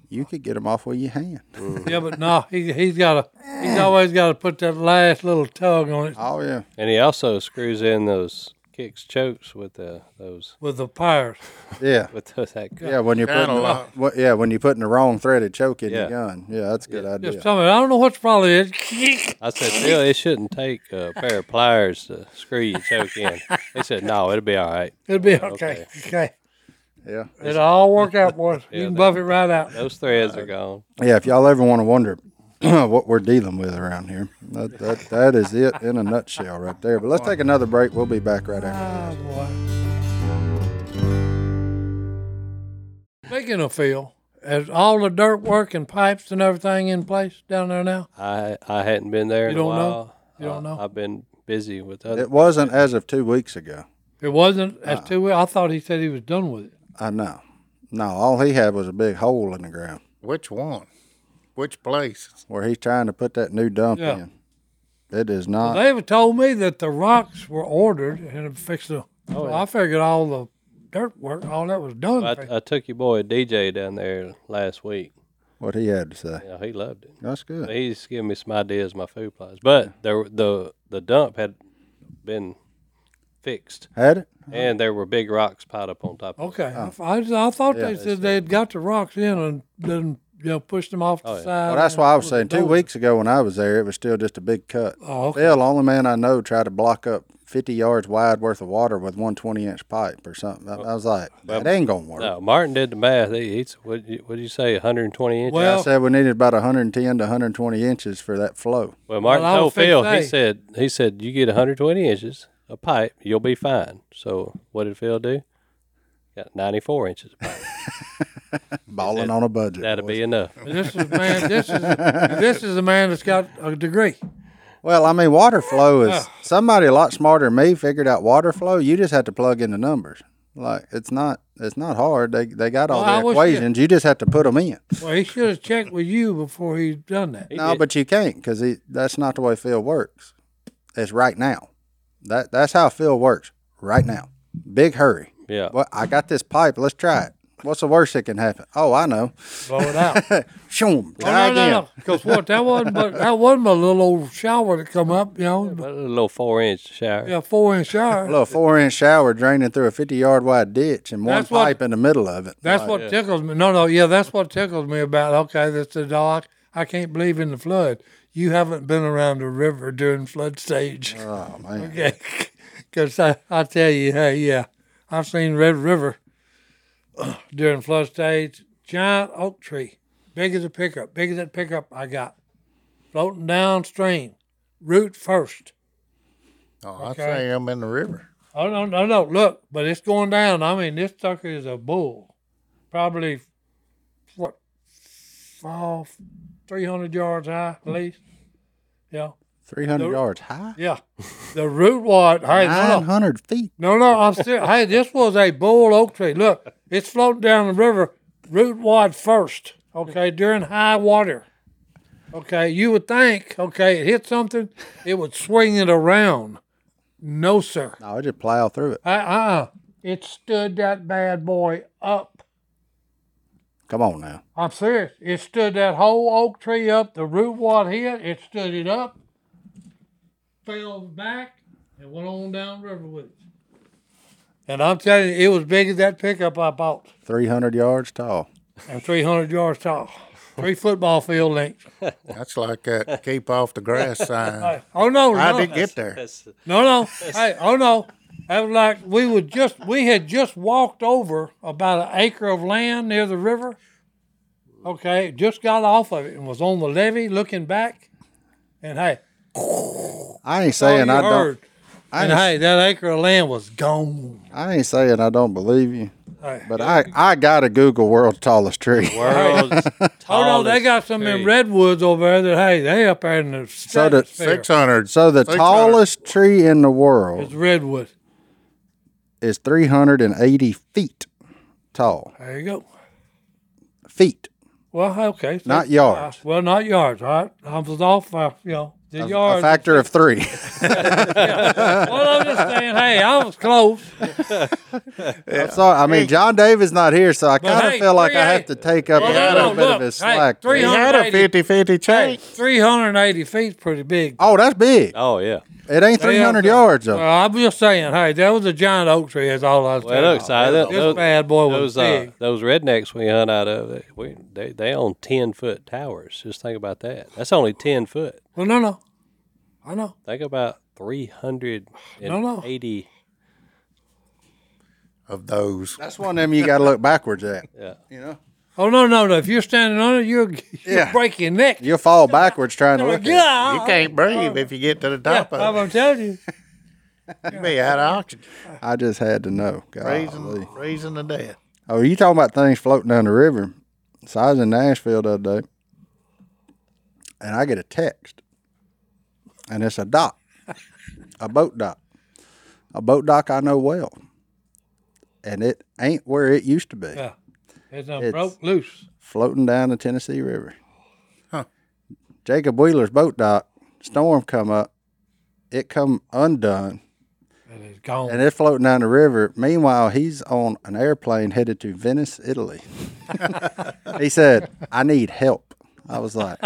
S1: you could get them off with your hand.
S3: Yeah, but no, he, he's got to, he's always got to put that last little tug on it
S1: Oh yeah.
S2: and he also screws in those kicks chokes with the those
S3: with the pyres.
S1: Yeah.
S2: with those that gun.
S1: Yeah, when you're
S4: Kinda
S1: putting the-
S4: long.
S1: what- yeah, when you're putting the wrong threaded choke in your
S2: Yeah.
S1: gun. Yeah, that's a good idea.
S3: Just tell me, I don't know what's probably is.
S2: I said, Phil, it shouldn't take a pair of pliers to screw your choke in. He said, No, it'll be all right.
S3: It'll be Oh, okay. Okay.
S1: yeah.
S3: It'll all work out, boys. You can buff it right out.
S2: Those threads are gone.
S1: Yeah, if y'all ever want to wonder what we're dealing with around here, that, that that is it in a nutshell right there. But let's take another break. We'll be back right after.
S3: Oh, boy. Speaking of Phil, is all the dirt work and pipes and everything in place down there now?
S2: I I hadn't been there in
S3: You
S2: a
S3: don't know?
S2: while.
S3: You don't
S2: I-
S3: know?
S2: I've been busy with
S1: this.
S2: other
S1: It wasn't as of two weeks ago.
S3: It wasn't. That's too weird. I thought he said he was done with it.
S1: I know. No, all he had was a big hole in the ground
S4: Which one? Which place?
S1: where he's trying to put that new dump
S3: Yeah.
S1: in. It is not.
S3: David Uh, told me that the rocks were ordered and fixed. The, so I figured all the dirt work, all that was done.
S2: I, I took your boy DJ down there last week.
S1: what he had to say.
S2: You know, he loved it.
S1: That's good.
S2: He's giving me some ideas, my food plots. But there, the the dump had been fixed,
S1: Had it?
S2: and there were big rocks piled up on top. of it.
S3: Uh-huh. okay,
S1: Oh.
S3: I, I, I thought they said they had got the rocks in and then you know pushed them off the side.
S1: Well, that's
S3: and-
S1: why I was saying two
S3: dope.
S1: weeks ago when I was there, it was still just a big cut.
S3: Oh, okay.
S1: Phil, only man I know, tried to block up 50 yards wide worth of water with one 20 inch pipe or something. I, I was like,
S3: Oh,
S1: that ain't going to work.
S2: No, Martin did the math. He, he's what you, what did you say, 120 inches?
S3: Well,
S1: I said we needed about 110 to 120 inches for that flow.
S2: Well, Martin
S3: Well, I
S2: told
S3: was
S2: Phil,
S3: fixing
S2: he
S3: to say.
S2: said, he said, you get 120 inches of pipe, you'll be fine. So what did Phil do? Got 94 inches. of pipe.
S1: Balling on a budget.
S2: That'll
S1: boys.
S2: be enough.
S3: This is man. This is this is a man that's got a degree.
S1: Well, I mean, water flow is somebody a lot smarter than me figured out water flow. You just have to plug in the numbers. Like it's not it's not hard. They they got all
S3: Well, I
S1: the
S3: wish you-
S1: equations. You just have to put them in.
S3: Well, he should have checked with you before he done that.
S2: He
S1: No,
S2: did-
S1: but you can't because that's not the way Phil works. It's right now. That that's how Phil works right now. Big hurry.
S2: yeah.
S1: Well, I got this pipe. Let's try it. What's the worst that can happen? Oh, I know.
S3: Blow it out.
S1: Shoom.
S3: Oh,
S1: Try
S3: no,
S1: again.
S3: no, no. Because what that wasn't, but that wasn't a little old shower that come up. You know,
S2: Well, a little four inch shower.
S3: yeah, four inch shower.
S1: A little four inch shower draining through a 50 yard wide ditch and one
S3: That's what-
S1: pipe in the middle of it.
S3: That's what tickles me. No, no, yeah, that's what tickles me about. Okay, that's the dog. I can't believe in the flood. You haven't been around the river during flood stage.
S1: Oh, man.
S3: Okay, because I, I tell you, hey, yeah, I've seen Red River during flood stage. Giant oak tree, big as a pickup, big as that pickup I got, floating downstream, root first.
S4: Oh, I say I'm in the river.
S3: Oh no, no, no! Look, but it's going down. I mean, this sucker is a bull, probably what, fall three hundred yards high at least. Yeah,
S1: 300 yards high?
S3: yeah. The root wad. Hey, no, no,
S1: 900 feet.
S3: no, no, I'm still. hey, this was a bull oak tree. Look, it's floating down the river, root wad first. Okay, during high water. Okay, you would think. Okay, it hit something, it would swing it around. No, sir.
S1: No, I just plow through it.
S3: Uh uh It stood that bad boy up.
S1: Come on now.
S3: I'm serious. It stood that whole oak tree up. The root wad hit. It stood it up, fell back, and went on down river with it. And I'm telling you, it was big as that pickup I bought
S1: 300 yards tall.
S3: and 300 yards tall. Three football field lengths.
S4: That's like that keep off the grass sign.
S3: Oh no,
S4: I
S3: no.
S4: did get there.
S2: That's
S3: No, no. Hey, oh no. That was like we would just we had just walked over about an acre of land near the river. Okay, just got off of it and was on the levee looking back. And hey,
S1: I ain't
S3: all
S1: saying
S3: you
S1: I don't.
S3: heard-
S1: I
S3: and
S1: ain't,
S3: hey, that acre of land was gone.
S1: I ain't saying I don't believe you,
S3: Hey.
S1: but I I gotta Google world's tallest tree.
S2: world's tallest.
S3: Oh no, they got some in
S2: tree.
S3: redwoods over there that hey, they up there in the
S1: So the
S3: stratosphere.
S4: Six hundred.
S1: So the tallest tree in the
S3: It's
S1: world
S3: redwood.
S1: is 380 feet tall.
S3: There you go.
S1: Feet.
S3: Well, okay. so-
S1: Not yards.
S3: Uh, well, not yards. All right, I was off. Uh, you know, the
S1: A
S3: yards.
S1: factor of three.
S3: well, I'm just saying. Hey, I was close.
S1: I'm sorry. I mean, John Davis not here, so I kind of
S3: hey,
S1: feel like I
S3: 380.
S1: have to take up
S3: Well,
S1: a
S3: no,
S1: little
S3: no,
S1: bit of
S3: look,
S1: his
S3: hey,
S1: slack. there.
S4: You had a
S3: 180.
S4: 50-50 chance.
S3: 380 feet's pretty big.
S1: Oh, that's big.
S2: Oh yeah.
S1: It ain't 300 yards
S3: Well,
S1: though.
S3: I'm just saying, hey, that was a giant oak tree. That's all I was
S2: Well, it
S3: saying.
S2: looks like that-
S3: This
S2: those-
S3: bad boy was
S2: Those uh,
S3: big.
S2: those rednecks we hunt out of, they- we they they own ten foot towers. Just think about that. That's only ten foot.
S3: Well, no, no. I know.
S2: Think about three hundred and
S3: No, no.
S2: eighty.
S4: of those.
S1: That's one of them you got to look backwards at.
S2: Yeah.
S1: You know,
S3: Oh, no, no, no. If you're standing on it, you'll, you'll
S1: Yeah.
S3: break your neck.
S1: you'll fall backwards trying to
S3: Like,
S1: look at.
S3: yeah,
S4: You can't breathe if you get to the top
S3: I'm
S4: of
S3: gonna tell you.
S4: it. You be out of oxygen,
S1: it. I just had to know. Golly.
S4: freezing, freezing to death.
S1: Oh, you talking about things floating down the river? So I was in Nashville the other day, and I get a text, and it's a dock, a boat dock, a boat dock I know well, and it ain't where it used to be,
S3: Yeah. It's, done
S1: It's-
S3: broke loose.
S1: floating down the Tennessee River.
S4: Huh.
S1: Jacob Wheeler's boat dock, storm come up, it come undone,
S3: And it's gone.
S1: and it's floating down the river. Meanwhile, he's on an airplane headed to Venice, Italy. he said, "I need help." I was like,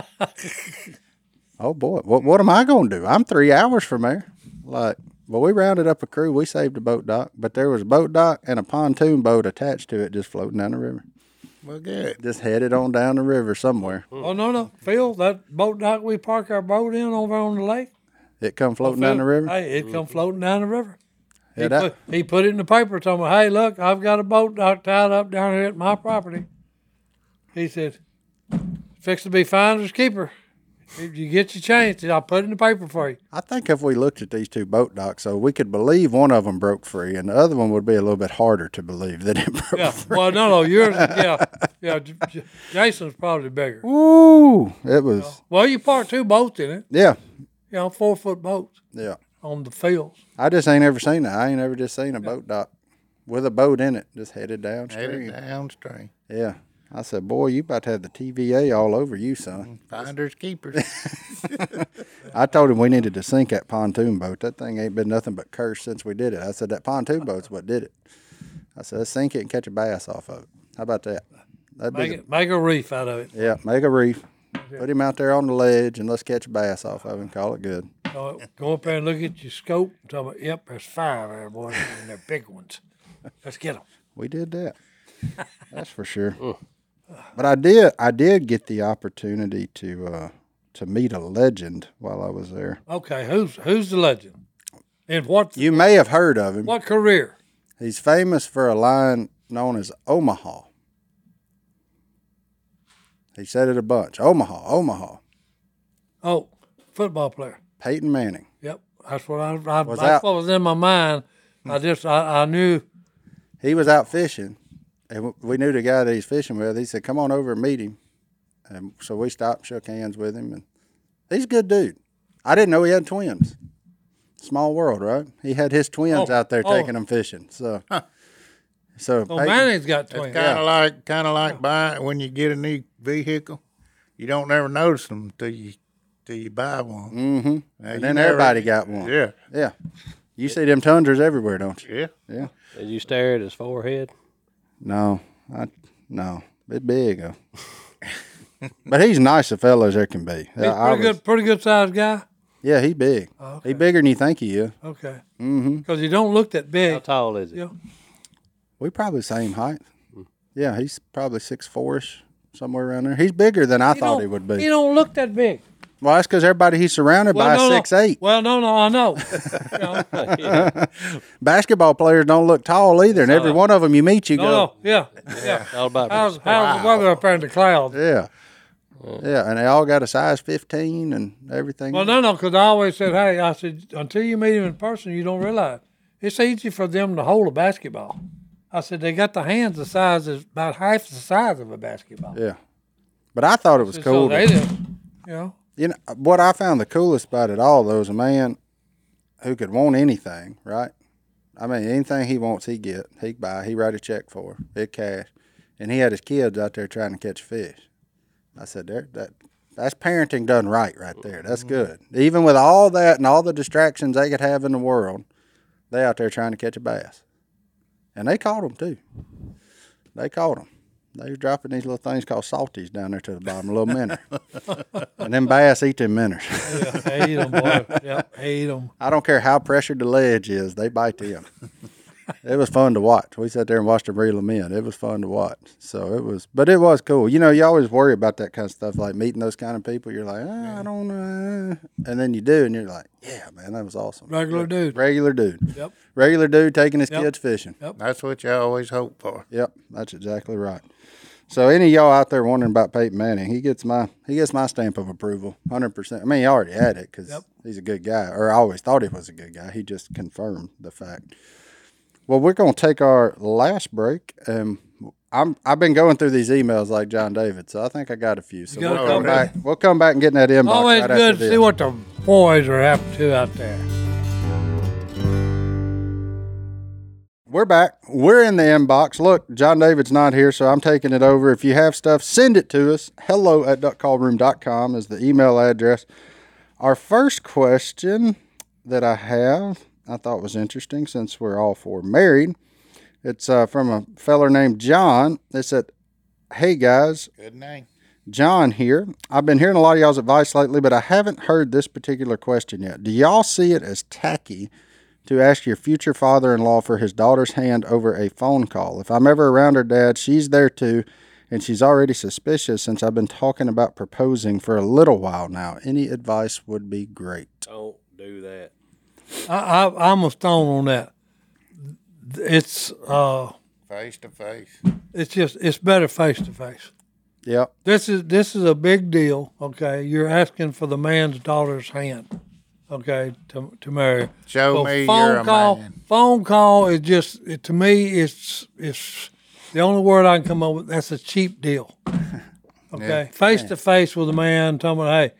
S1: "Oh boy, what what am I going to do? I'm three hours from there." Like, well, we rounded up a crew. We saved a boat dock, but there was a boat dock and a pontoon boat attached to it, just floating down the river,
S4: Well, good.
S1: just headed on down the river somewhere.
S3: oh, no, no. Phil, that boat dock we park our boat in over on the lake.
S1: It come floating down the river.
S3: Hey, it come floating down the river.
S1: Yeah,
S3: he,
S1: that-
S3: put, he put it in the paper, told me, "Hey, look, I've got a boat dock tied up down here at my property." He said, "Fixed to be finder's keeper. If you get your chance, I'll put it in the paper for you."
S1: I think if we looked at these two boat docks, so we could believe one of them broke free, and the other one would be a little bit harder to believe that it broke.
S3: Yeah. Well, no, no, yours, yeah, yeah. J- J- Jason's probably bigger.
S1: Ooh, it was
S3: Well, you parked two boats in it.
S1: yeah,
S3: You know, four foot boats
S1: yeah.
S3: on the fields.
S1: I just ain't ever seen that. I ain't ever just seen a boat dock with a boat in it, just headed downstream.
S4: Headed downstream.
S1: Yeah, I said, boy, you about to have the TVA all over you, son.
S4: Finders keepers.
S1: I told him we needed to sink that pontoon boat. That thing ain't been nothing but cursed since we did it. I said that pontoon boat's what did it. I said, let's sink it and catch a bass off of it. How about that? That'd be
S3: Make
S1: the
S3: it, make a reef out of it.
S1: Yeah, make a reef. Put him out there on the ledge and let's catch a bass off of him. Call it good.
S3: So go up there and look at your scope. And tell me, yep, there's five there, boys, and they're big ones. Let's get them.
S1: We did that. That's for sure. But I did I did get the opportunity to uh to meet a legend while I was there.
S3: Okay, who's who's the legend? And what
S1: You may have heard of him.
S3: what career?
S1: He's famous for a line known as Omaha. He said it a bunch. Omaha, Omaha.
S3: Oh, football player.
S1: Peyton Manning.
S3: Yep, that's what I, I
S1: Was
S3: that's
S1: out.
S3: what was in my mind. I just I, I knew
S1: he was out fishing, and w- we knew the guy that he's fishing with. He said, "Come on over and meet him," and so we stopped, shook hands with him, and he's a good dude. I didn't know he had twins. Small world, right? He had his twins
S3: Oh,
S1: out there
S3: oh.
S1: taking him fishing. So, so
S3: oh
S1: Peyton-
S3: Manning's got
S4: It's
S3: twins.
S4: kind of like kind of like buying when you get a new vehicle, you don't never notice them till you till you buy one. Mm-hmm.
S1: and then everybody got one.
S4: Yeah,
S1: yeah. You see them tundras everywhere, don't you?
S4: yeah.
S1: Yeah.
S2: Did you stare at his forehead?
S1: No, I no, bit big. uh. but he's nice a fellow as there can be.
S3: He's
S1: I
S3: pretty
S1: was-
S3: good, Oh, pretty good sized guy.
S1: Yeah, he big. He bigger than you think he is.
S3: Okay,
S1: Mm-hmm.
S3: because you don't look that big.
S2: How tall is he?
S3: Yeah. Hmm.
S1: We probably same height. Yeah, he's probably six fourish, somewhere around there. He's bigger than I thought
S3: don't-
S1: he would be.
S3: He don't look that big.
S1: well, that's because everybody he's surrounded by
S3: no,
S1: is
S3: no.
S1: six eight.
S3: Well, no, no, I know. You know, no,
S1: Basketball players don't look tall either, and every one of them you meet, you
S3: Uh-huh. no,
S1: go,
S3: yeah, yeah.
S2: All about
S3: How's,
S2: respect.
S3: how's the weather up there in the clouds?
S1: yeah, yeah, and they all got a size fifteen and everything.
S3: Uh-huh. Well, no, no, because I always said, hey, I said, until you meet him in person, you don't realize. It's easy for them to hold a basketball. I said, they got the hands the size, of about half the size of a basketball.
S1: yeah, but I thought it was
S3: So
S1: cool. to-
S3: they did, you know.
S1: you know what I found the coolest about it all though is a man who could want anything, right? I mean, anything he wants, he get, he buy, he write a check for, big cash, and he had his kids out there trying to catch fish. I said, there, that, that's parenting done right, right there. That's good. Even with all that and all the distractions they could have in the world, they out there trying to catch a bass, and they caught them too. They caught them. They was dropping these little things called salties down there to the bottom, little minnow, and them bass eat them minnows.
S3: Yeah, they eat them, boy. Yeah, they eat them.
S1: I don't care how pressured the ledge is, they bite them. it was fun to watch. We sat there and watched them reel them in. It was fun to watch. So it was, but it was cool. You know, you always worry about that kind of stuff, like meeting those kind of people. You're like, ah, I don't know. And then you do, and you're like, yeah, man, that was awesome.
S3: Regular dude.
S1: Regular dude.
S3: Yep.
S1: Regular dude taking his
S3: Yep.
S1: kids fishing.
S4: That's what you always hope for.
S1: Yep, that's exactly right. So any of y'all out there wondering about Peyton Manning, he gets my he gets my stamp of approval, hundred percent. I mean, he already had it because
S3: Yep.
S1: he's a good guy, or I always thought he was a good guy. He just confirmed the fact. Well, we're gonna take our last break, and I'm I've been going through these emails like John David, so I think I got a few. So
S3: You got
S1: we'll
S3: a
S1: come
S3: couple.
S1: back. We'll come back and get in that inbox.
S3: Always
S1: right after
S3: good to
S1: this.
S3: see what the boys are up to out there.
S1: We're back. We're in the inbox. Look, John David's not here, so I'm taking it over. If you have stuff, send it to us. Hello at duckcallroom.com is the email address. Our first question that I have, I thought was interesting since we're all four married. It's uh, from a feller named John. They said, Hey guys,
S4: Good name.
S1: John here. I've been hearing a lot of y'all's advice lately, but I haven't heard this particular question yet. Do y'all see it as tacky to ask your future father in law for his daughter's hand over a phone call? If I'm ever around her dad, she's there too, and she's already suspicious since I've been talking about proposing for a little while now. Any advice would be great.
S2: Don't do that.
S3: I, I, I'm a stone on that. It's uh,
S4: Face to face.
S3: it's just it's better face to face.
S1: Yep.
S3: This is this is a big deal. Okay, you're asking for the man's daughter's hand. Okay, to to marry.
S4: Show
S3: So
S4: me
S3: phone
S4: you're a
S3: call,
S4: man.
S3: phone call is just it, to me. It's it's the only word I can come up with. That's a cheap deal. Okay, face to face with a man, telling me, hey,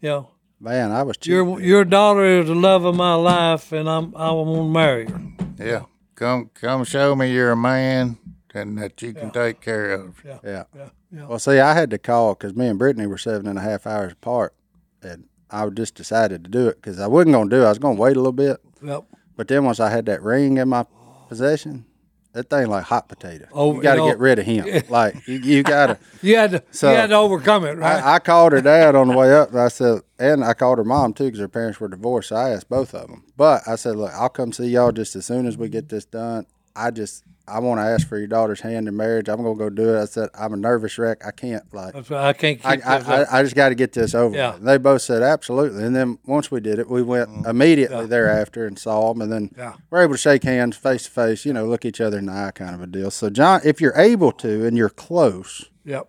S3: you know,
S1: Man, I was cheating.
S3: your your daughter is the love of my life, and I'm I want to marry her.
S4: Yeah. Come come show me you're a man and that you can take care of.
S1: Yeah.
S3: Yeah, yeah.
S1: Well, see, I had to call because me and Brittany were seven and a half hours apart, and I just decided to do it because I wasn't going to do it. I was going to wait a little bit.
S3: Yep.
S1: But then once I had that ring in my possession, that thing like hot potato.
S3: Oh,
S1: you got to
S3: you know-
S1: get rid of him. Like you, you got to.
S3: You had to
S1: So-
S3: you had to overcome it, right?
S1: I, I called her dad on the way up, and I said, and I called her mom too because her parents were divorced. So I asked both of them. But I said, look, I'll come see y'all just as soon as we get this done. I just I want to ask for your daughter's hand in marriage. I'm gonna go do it. I said I'm a nervous wreck. I can't like.
S3: That's right. I can't keep
S1: I,
S3: this
S1: I,
S3: up.
S1: I- I just got to get this over.
S3: Yeah. Mm-hmm.
S1: with. And They both said absolutely, and then once we did it, we went immediately thereafter and saw them, and then
S3: Yeah.
S1: we're able to shake hands face to face. You know, look each other in the eye, kind of a deal. So, John, if you're able to and you're close,
S3: Yep.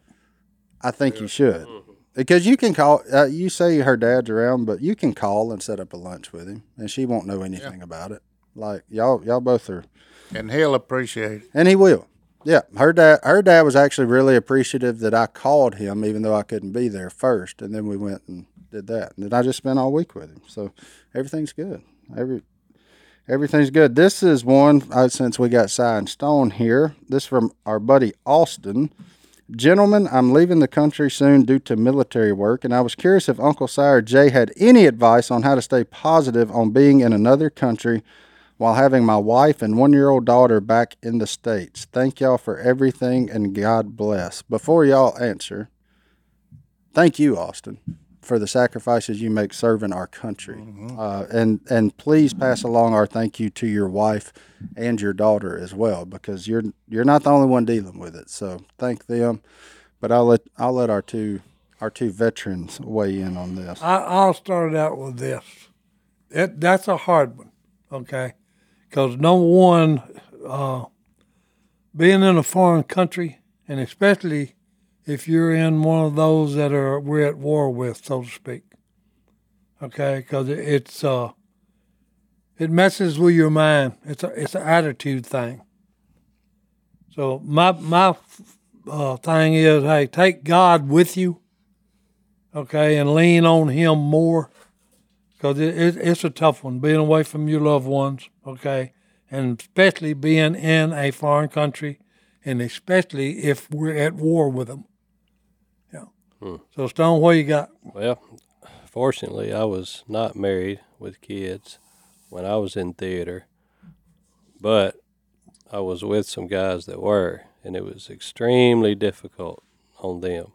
S1: I think you should, because you can call. Uh, you say her dad's around, but you can call and set up a lunch with him, and she won't know anything about it. Like y'all, y'all both are
S4: And he'll appreciate it.
S1: and he will. Yeah, her dad. Her dad was actually really appreciative that I called him, even though I couldn't be there first. And then we went and did that. And then I just spent all week with him. So everything's good. Every everything's good. This is one uh, since we got Cy and Stone here. This is from our buddy Austin. Gentlemen, I'm leaving the country soon due to military work, and I was curious if Uncle Sire Jay had any advice on how to stay positive on being in another country while having my wife and one year old daughter back in the States. Thank y'all for everything and God bless. Before y'all answer, thank you, Austin, for the sacrifices you make serving our country. Uh, and, and please pass along our thank you to your wife and your daughter as well, because you're, you're not the only one dealing with it. So thank them. But I'll let I'll let our two our two veterans weigh in on this.
S3: I, I'll start it out with this. It, that's a hard one, okay? Because number one, uh, being in a foreign country, and especially if you're in one of those that are we're at war with, so to speak, okay? Because it, it's uh, it messes with your mind. It's a, it's an attitude thing. So my my uh, thing is, hey, take God with you, okay, and lean on Him more, because it, it, it's a tough one being away from your loved ones, okay, and especially being in a foreign country, and especially if we're at war with them. Yeah.
S2: Hmm.
S3: So Stone, what you got?
S2: Well, fortunately, I was not married with kids when I was in theater, but I was with some guys that were, and it was extremely difficult on them.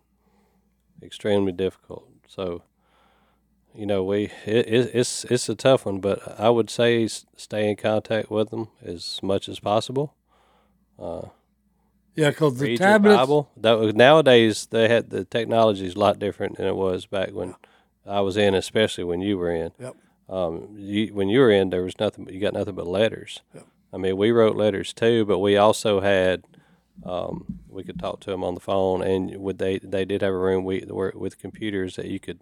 S2: Extremely difficult. So, you know, we it, it, it's it's a tough one, but I would say s- stay in contact with them as much as possible.
S3: Yeah, because the
S2: Read your
S3: tablets.
S2: Bible. That, nowadays, they had the technology is a lot different than it was back when I was in, especially when you were in.
S3: Yep.
S2: um, you, when you were in, there was nothing. but You got nothing but letters. I mean, we wrote letters too, but we also had um, we could talk to them on the phone, and would they they did have a room we where- with computers that you could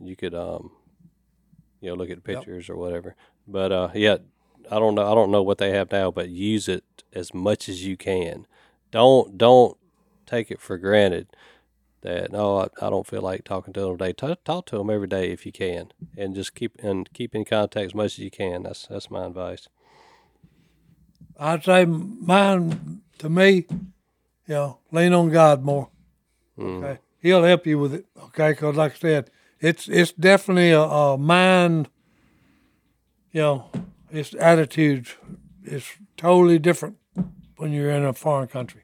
S2: you could um, you know look at pictures or whatever. But uh, yeah, I don't know. I don't know what they have now, but use it as much as you can. Don't don't take it for granted that no, I, I don't feel like talking to them today. Talk, talk to them every day if you can, and just keep and keep in contact as much as you can. That's that's my advice.
S3: I'd say mine to me, you know, lean on God more.
S2: Hmm.
S3: Okay, He'll help you with it. Okay, because like I said, it's it's definitely a, a mind. You know, it's attitudes. It's totally different when you're in a foreign country.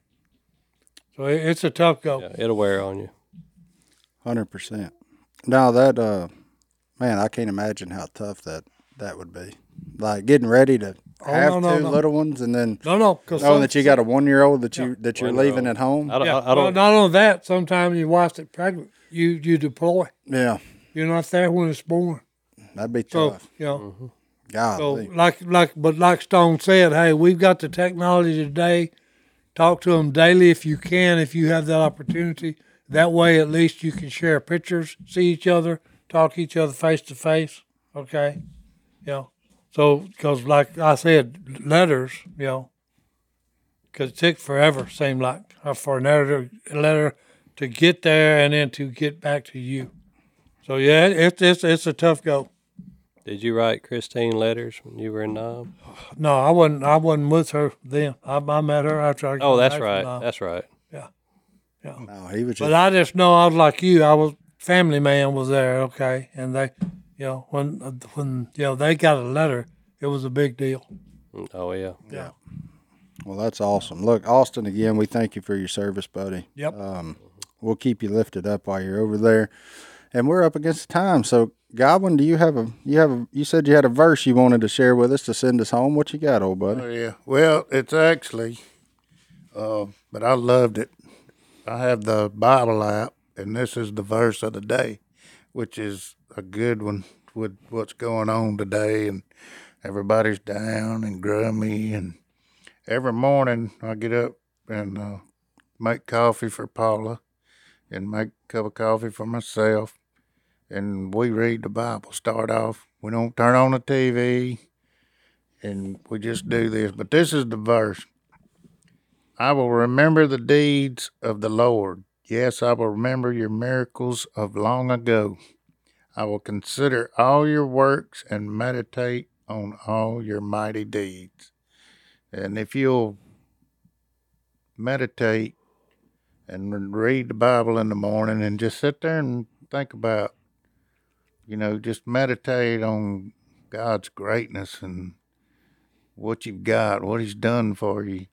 S3: So it, it's a tough go.
S2: Yeah, it'll wear on you.
S1: Hundred percent. Now that uh, man, I can't imagine how tough that that would be. Like getting ready to
S3: Oh,
S1: have
S3: no, no,
S1: two
S3: no.
S1: little ones, and then
S3: No, no, because
S1: knowing that you got a one year old that you that you're
S2: One-year-old.
S1: leaving at home.
S2: I don't.
S3: yeah,
S2: I, I
S3: well,
S2: don't.
S3: not only that, sometimes your wife's at pregnant. You you deploy.
S1: Yeah,
S3: You're not there when it's born.
S1: that'd be
S3: So
S1: tough.
S3: you know.
S1: God,
S3: So, like, like, but like Stone said, hey, we've got the technology today. Talk to them daily if you can, if you have that opportunity. That way, at least you can share pictures, see each other, talk to each other face to face. Okay, you know. So, because like I said, letters, you know, because it took forever, seemed like, uh, for an letter, a letter to get there and then to get back to you. So yeah, it's it's it's a tough go.
S2: Did you write Christine letters when you were in Nam?
S3: No, I wasn't. I wasn't with her then. I, I met her after I.
S2: Oh,
S3: came
S2: that's
S3: back from
S2: right.
S3: Nam.
S2: That's right.
S1: no, he was just
S3: But I just know I was like you. I was family man was there. Okay, and they, you know, when when you know they got a letter, it was a big deal.
S2: Mm, Oh yeah.
S3: Yeah.
S1: well. That's awesome. Look, Austin, again, we thank you for your service, buddy. Um,
S3: Yep.
S1: We'll keep you lifted up while you're over there, and we're up against the time. So, Godwin, do you have a you have a, you said you had a verse you wanted to share with us to send us home? What you got, old buddy?
S4: Oh, yeah. Well, it's actually, uh, but I loved it. I have the Bible app, and this is the verse of the day, which is a good one with what's going on today, and everybody's down and grummy. And every morning I get up and uh, make coffee for Paula, and make a cup of coffee for myself, and we read the Bible. Start off. We don't turn on the TV and we just do this. But this is the verse I will remember the deeds of the Lord. Yes, I will remember your miracles of long ago. I will consider all your works and meditate on all your mighty deeds. And if you'll meditate and read the Bible in the morning and just sit there and think about, you know, just meditate on God's greatness and what you've got, what he's done for you,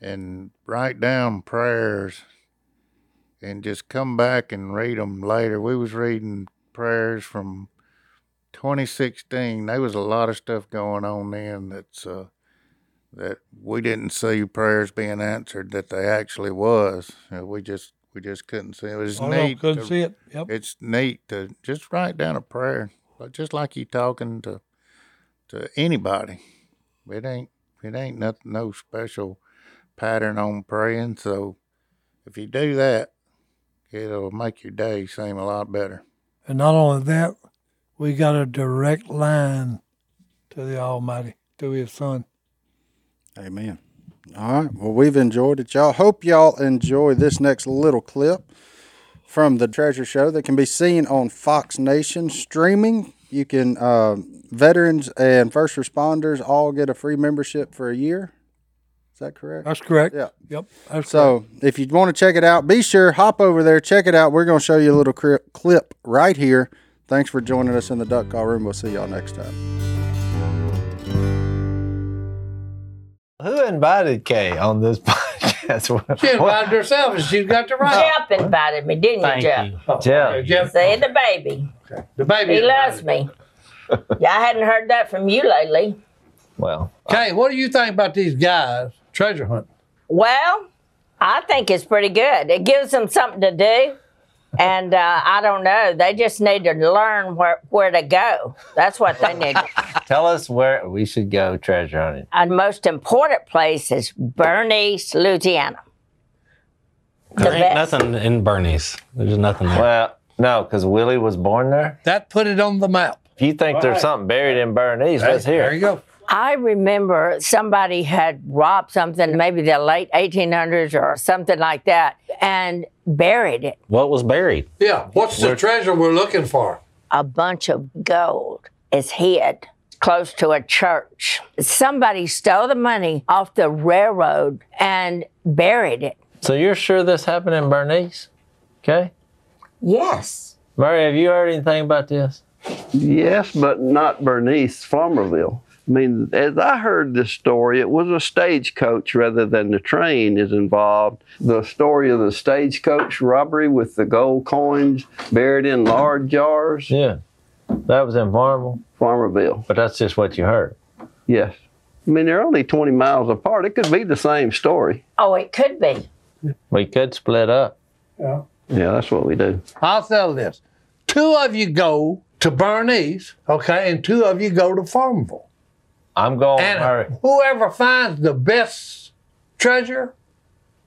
S4: and write down prayers and just come back and read them later. We was reading prayers from 2016. There was a lot of stuff going on then that's uh that we didn't see prayers being answered that they actually was. You know, we just we just couldn't see it. It was
S3: Oh, no,
S4: neat.
S3: couldn't
S4: to-
S3: see it. Yep.
S4: It's neat to just write down a prayer, like- just like you talking to to anybody. It ain't it ain't nothing no special pattern on praying. So if you do that, it'll make your day seem a lot better.
S3: And not only that, we got a direct line to the Almighty, to His Son.
S1: Amen. All right. Well, we've enjoyed it, y'all. Hope y'all enjoy this next little clip from the Treasure Show that can be seen on Fox Nation streaming. You can uh, veterans and first responders all get a free membership for a year. Is that correct?
S3: That's correct.
S1: Yeah.
S3: Yep. That's correct.
S1: So if you want to check it out, be sure hop over there, check it out. We're going to show you a little cri- clip right here. Thanks for joining us in the Duck Call Room. We'll see y'all next time.
S5: Who invited Kay on this podcast? What-
S3: She invited herself and she's got the right.
S6: Jeff invited me, didn't you, Jeff?
S5: Jeff.
S3: Jeff,
S6: Saying the baby.
S3: the baby.
S6: He loves me. Yeah, I hadn't heard that from you lately.
S5: Well,
S3: Kay, what do you think about these guys? Treasure hunt.
S6: Well, I think it's pretty good. It gives them something to do. And uh, I don't know. They just need to learn where, where to go. That's what they need.
S5: tell us where we should go treasure hunting.
S6: Our most important place is Bernice, Louisiana.
S7: There ain't
S6: best.
S7: nothing in Bernie's. There's nothing there.
S5: Well, no, because Willie was born there.
S3: That put it on the map.
S5: If you think there's something buried in Bernice, let's hear
S3: There
S5: it.
S3: you go.
S6: I remember somebody had robbed something, maybe the late 1800s or something like that, and buried it.
S7: What was buried?
S3: Yeah. What's the treasure we're looking for?
S6: a bunch of gold is hid close to a church. Somebody stole the money off the railroad and buried it.
S5: So you're sure this happened in Bernice? Okay.
S6: Yes.
S5: Murray, have you heard anything about this?
S8: Yes, but not Bernice Farmerville. I mean, as I heard this story, it was a stagecoach rather than the train is involved. The story of the stagecoach robbery with the gold coins buried in lard jars,
S5: Yeah. That was in Farmville,
S8: Farmerville.
S5: but that's just what you heard.
S8: Yes. I mean, they're only 20 miles apart. It could be the same story.
S6: Oh, it could be.
S5: We could split up.
S8: Yeah, that's what we do.
S3: I'll tell this. Two of you go to Bernice, okay, and two of you go to Farmville.
S5: I'm going with
S3: And
S5: Murray.
S3: whoever finds the best treasure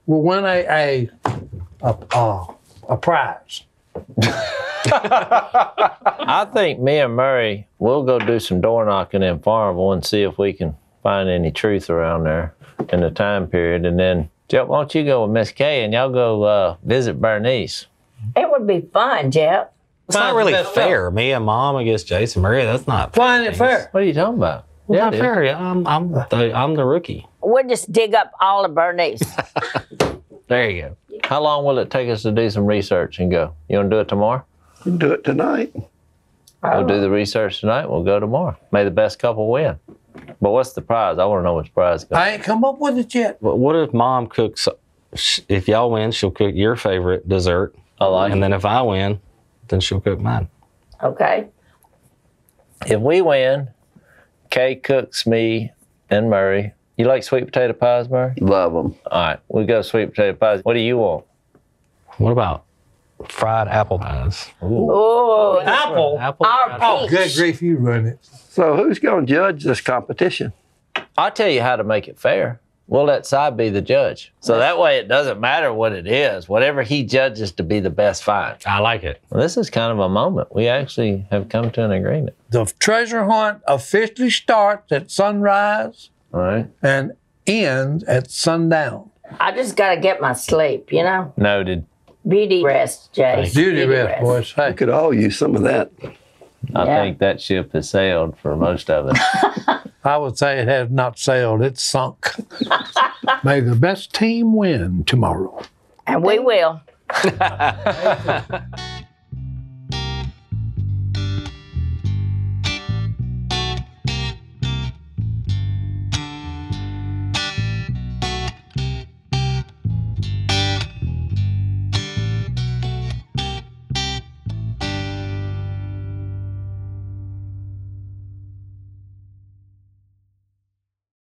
S3: will win a a a, a, a prize.
S5: I think me and Murray will go do some door knocking in Farmville and see if we can find any truth around there in the time period. And then, Jeff, why don't you go with Miss Kay and y'all go uh, visit Bernice?
S6: It would be fun, Jeff.
S7: It's not
S5: Mine's
S7: really
S5: the best
S7: fair. Me and Mom against Jason Maria. That's not fair.
S3: Why ain't it fair?
S5: What are you talking about? Yeah,
S7: not
S5: dude.
S7: fair. I'm, I'm, the, I'm the rookie.
S6: We'll just dig up all of Bernice.
S5: There you go. How long will it take us to do some research and go? You want to do it tomorrow?
S8: You can do it tonight.
S5: We'll do the research tonight. We'll go tomorrow. May the best couple win. But what's the prize? I want to know what's the prize. Going.
S3: I ain't come up with it yet.
S7: But what if Mom cooks? sh- If y'all win, she'll cook your favorite dessert.
S5: I like
S7: And then if I win, then she'll cook mine.
S6: Okay.
S5: If we win, Kay cooks me and Murray. You like sweet potato pies, Murray?
S8: Love them.
S5: All right, we go sweet potato pies. What do you want?
S7: What about fried apple pies?
S6: Oh,
S3: Apple.
S7: Apple
S6: our
S7: fried-
S3: Oh, good
S6: peach.
S3: grief, you run it.
S8: So, who's going to judge this competition?
S5: I'll tell you how to make it fair. We'll let Cy be the judge. So that way it doesn't matter what it is. Whatever he judges to be the best find.
S7: I like it.
S5: Well, this is kind of a moment. We actually have come to an agreement.
S3: The treasure hunt officially starts at sunrise
S5: All right.
S3: and ends at sundown.
S6: I just got to get my sleep, you know?
S5: Noted.
S6: Beauty rest, Jay.
S3: Duty rest, boys. Hey.
S8: I could all use some of that.
S5: I
S6: Yeah.
S5: think that ship has sailed for most of us.
S3: I would say it has not sailed, it's sunk. May the best team win tomorrow.
S6: And we will.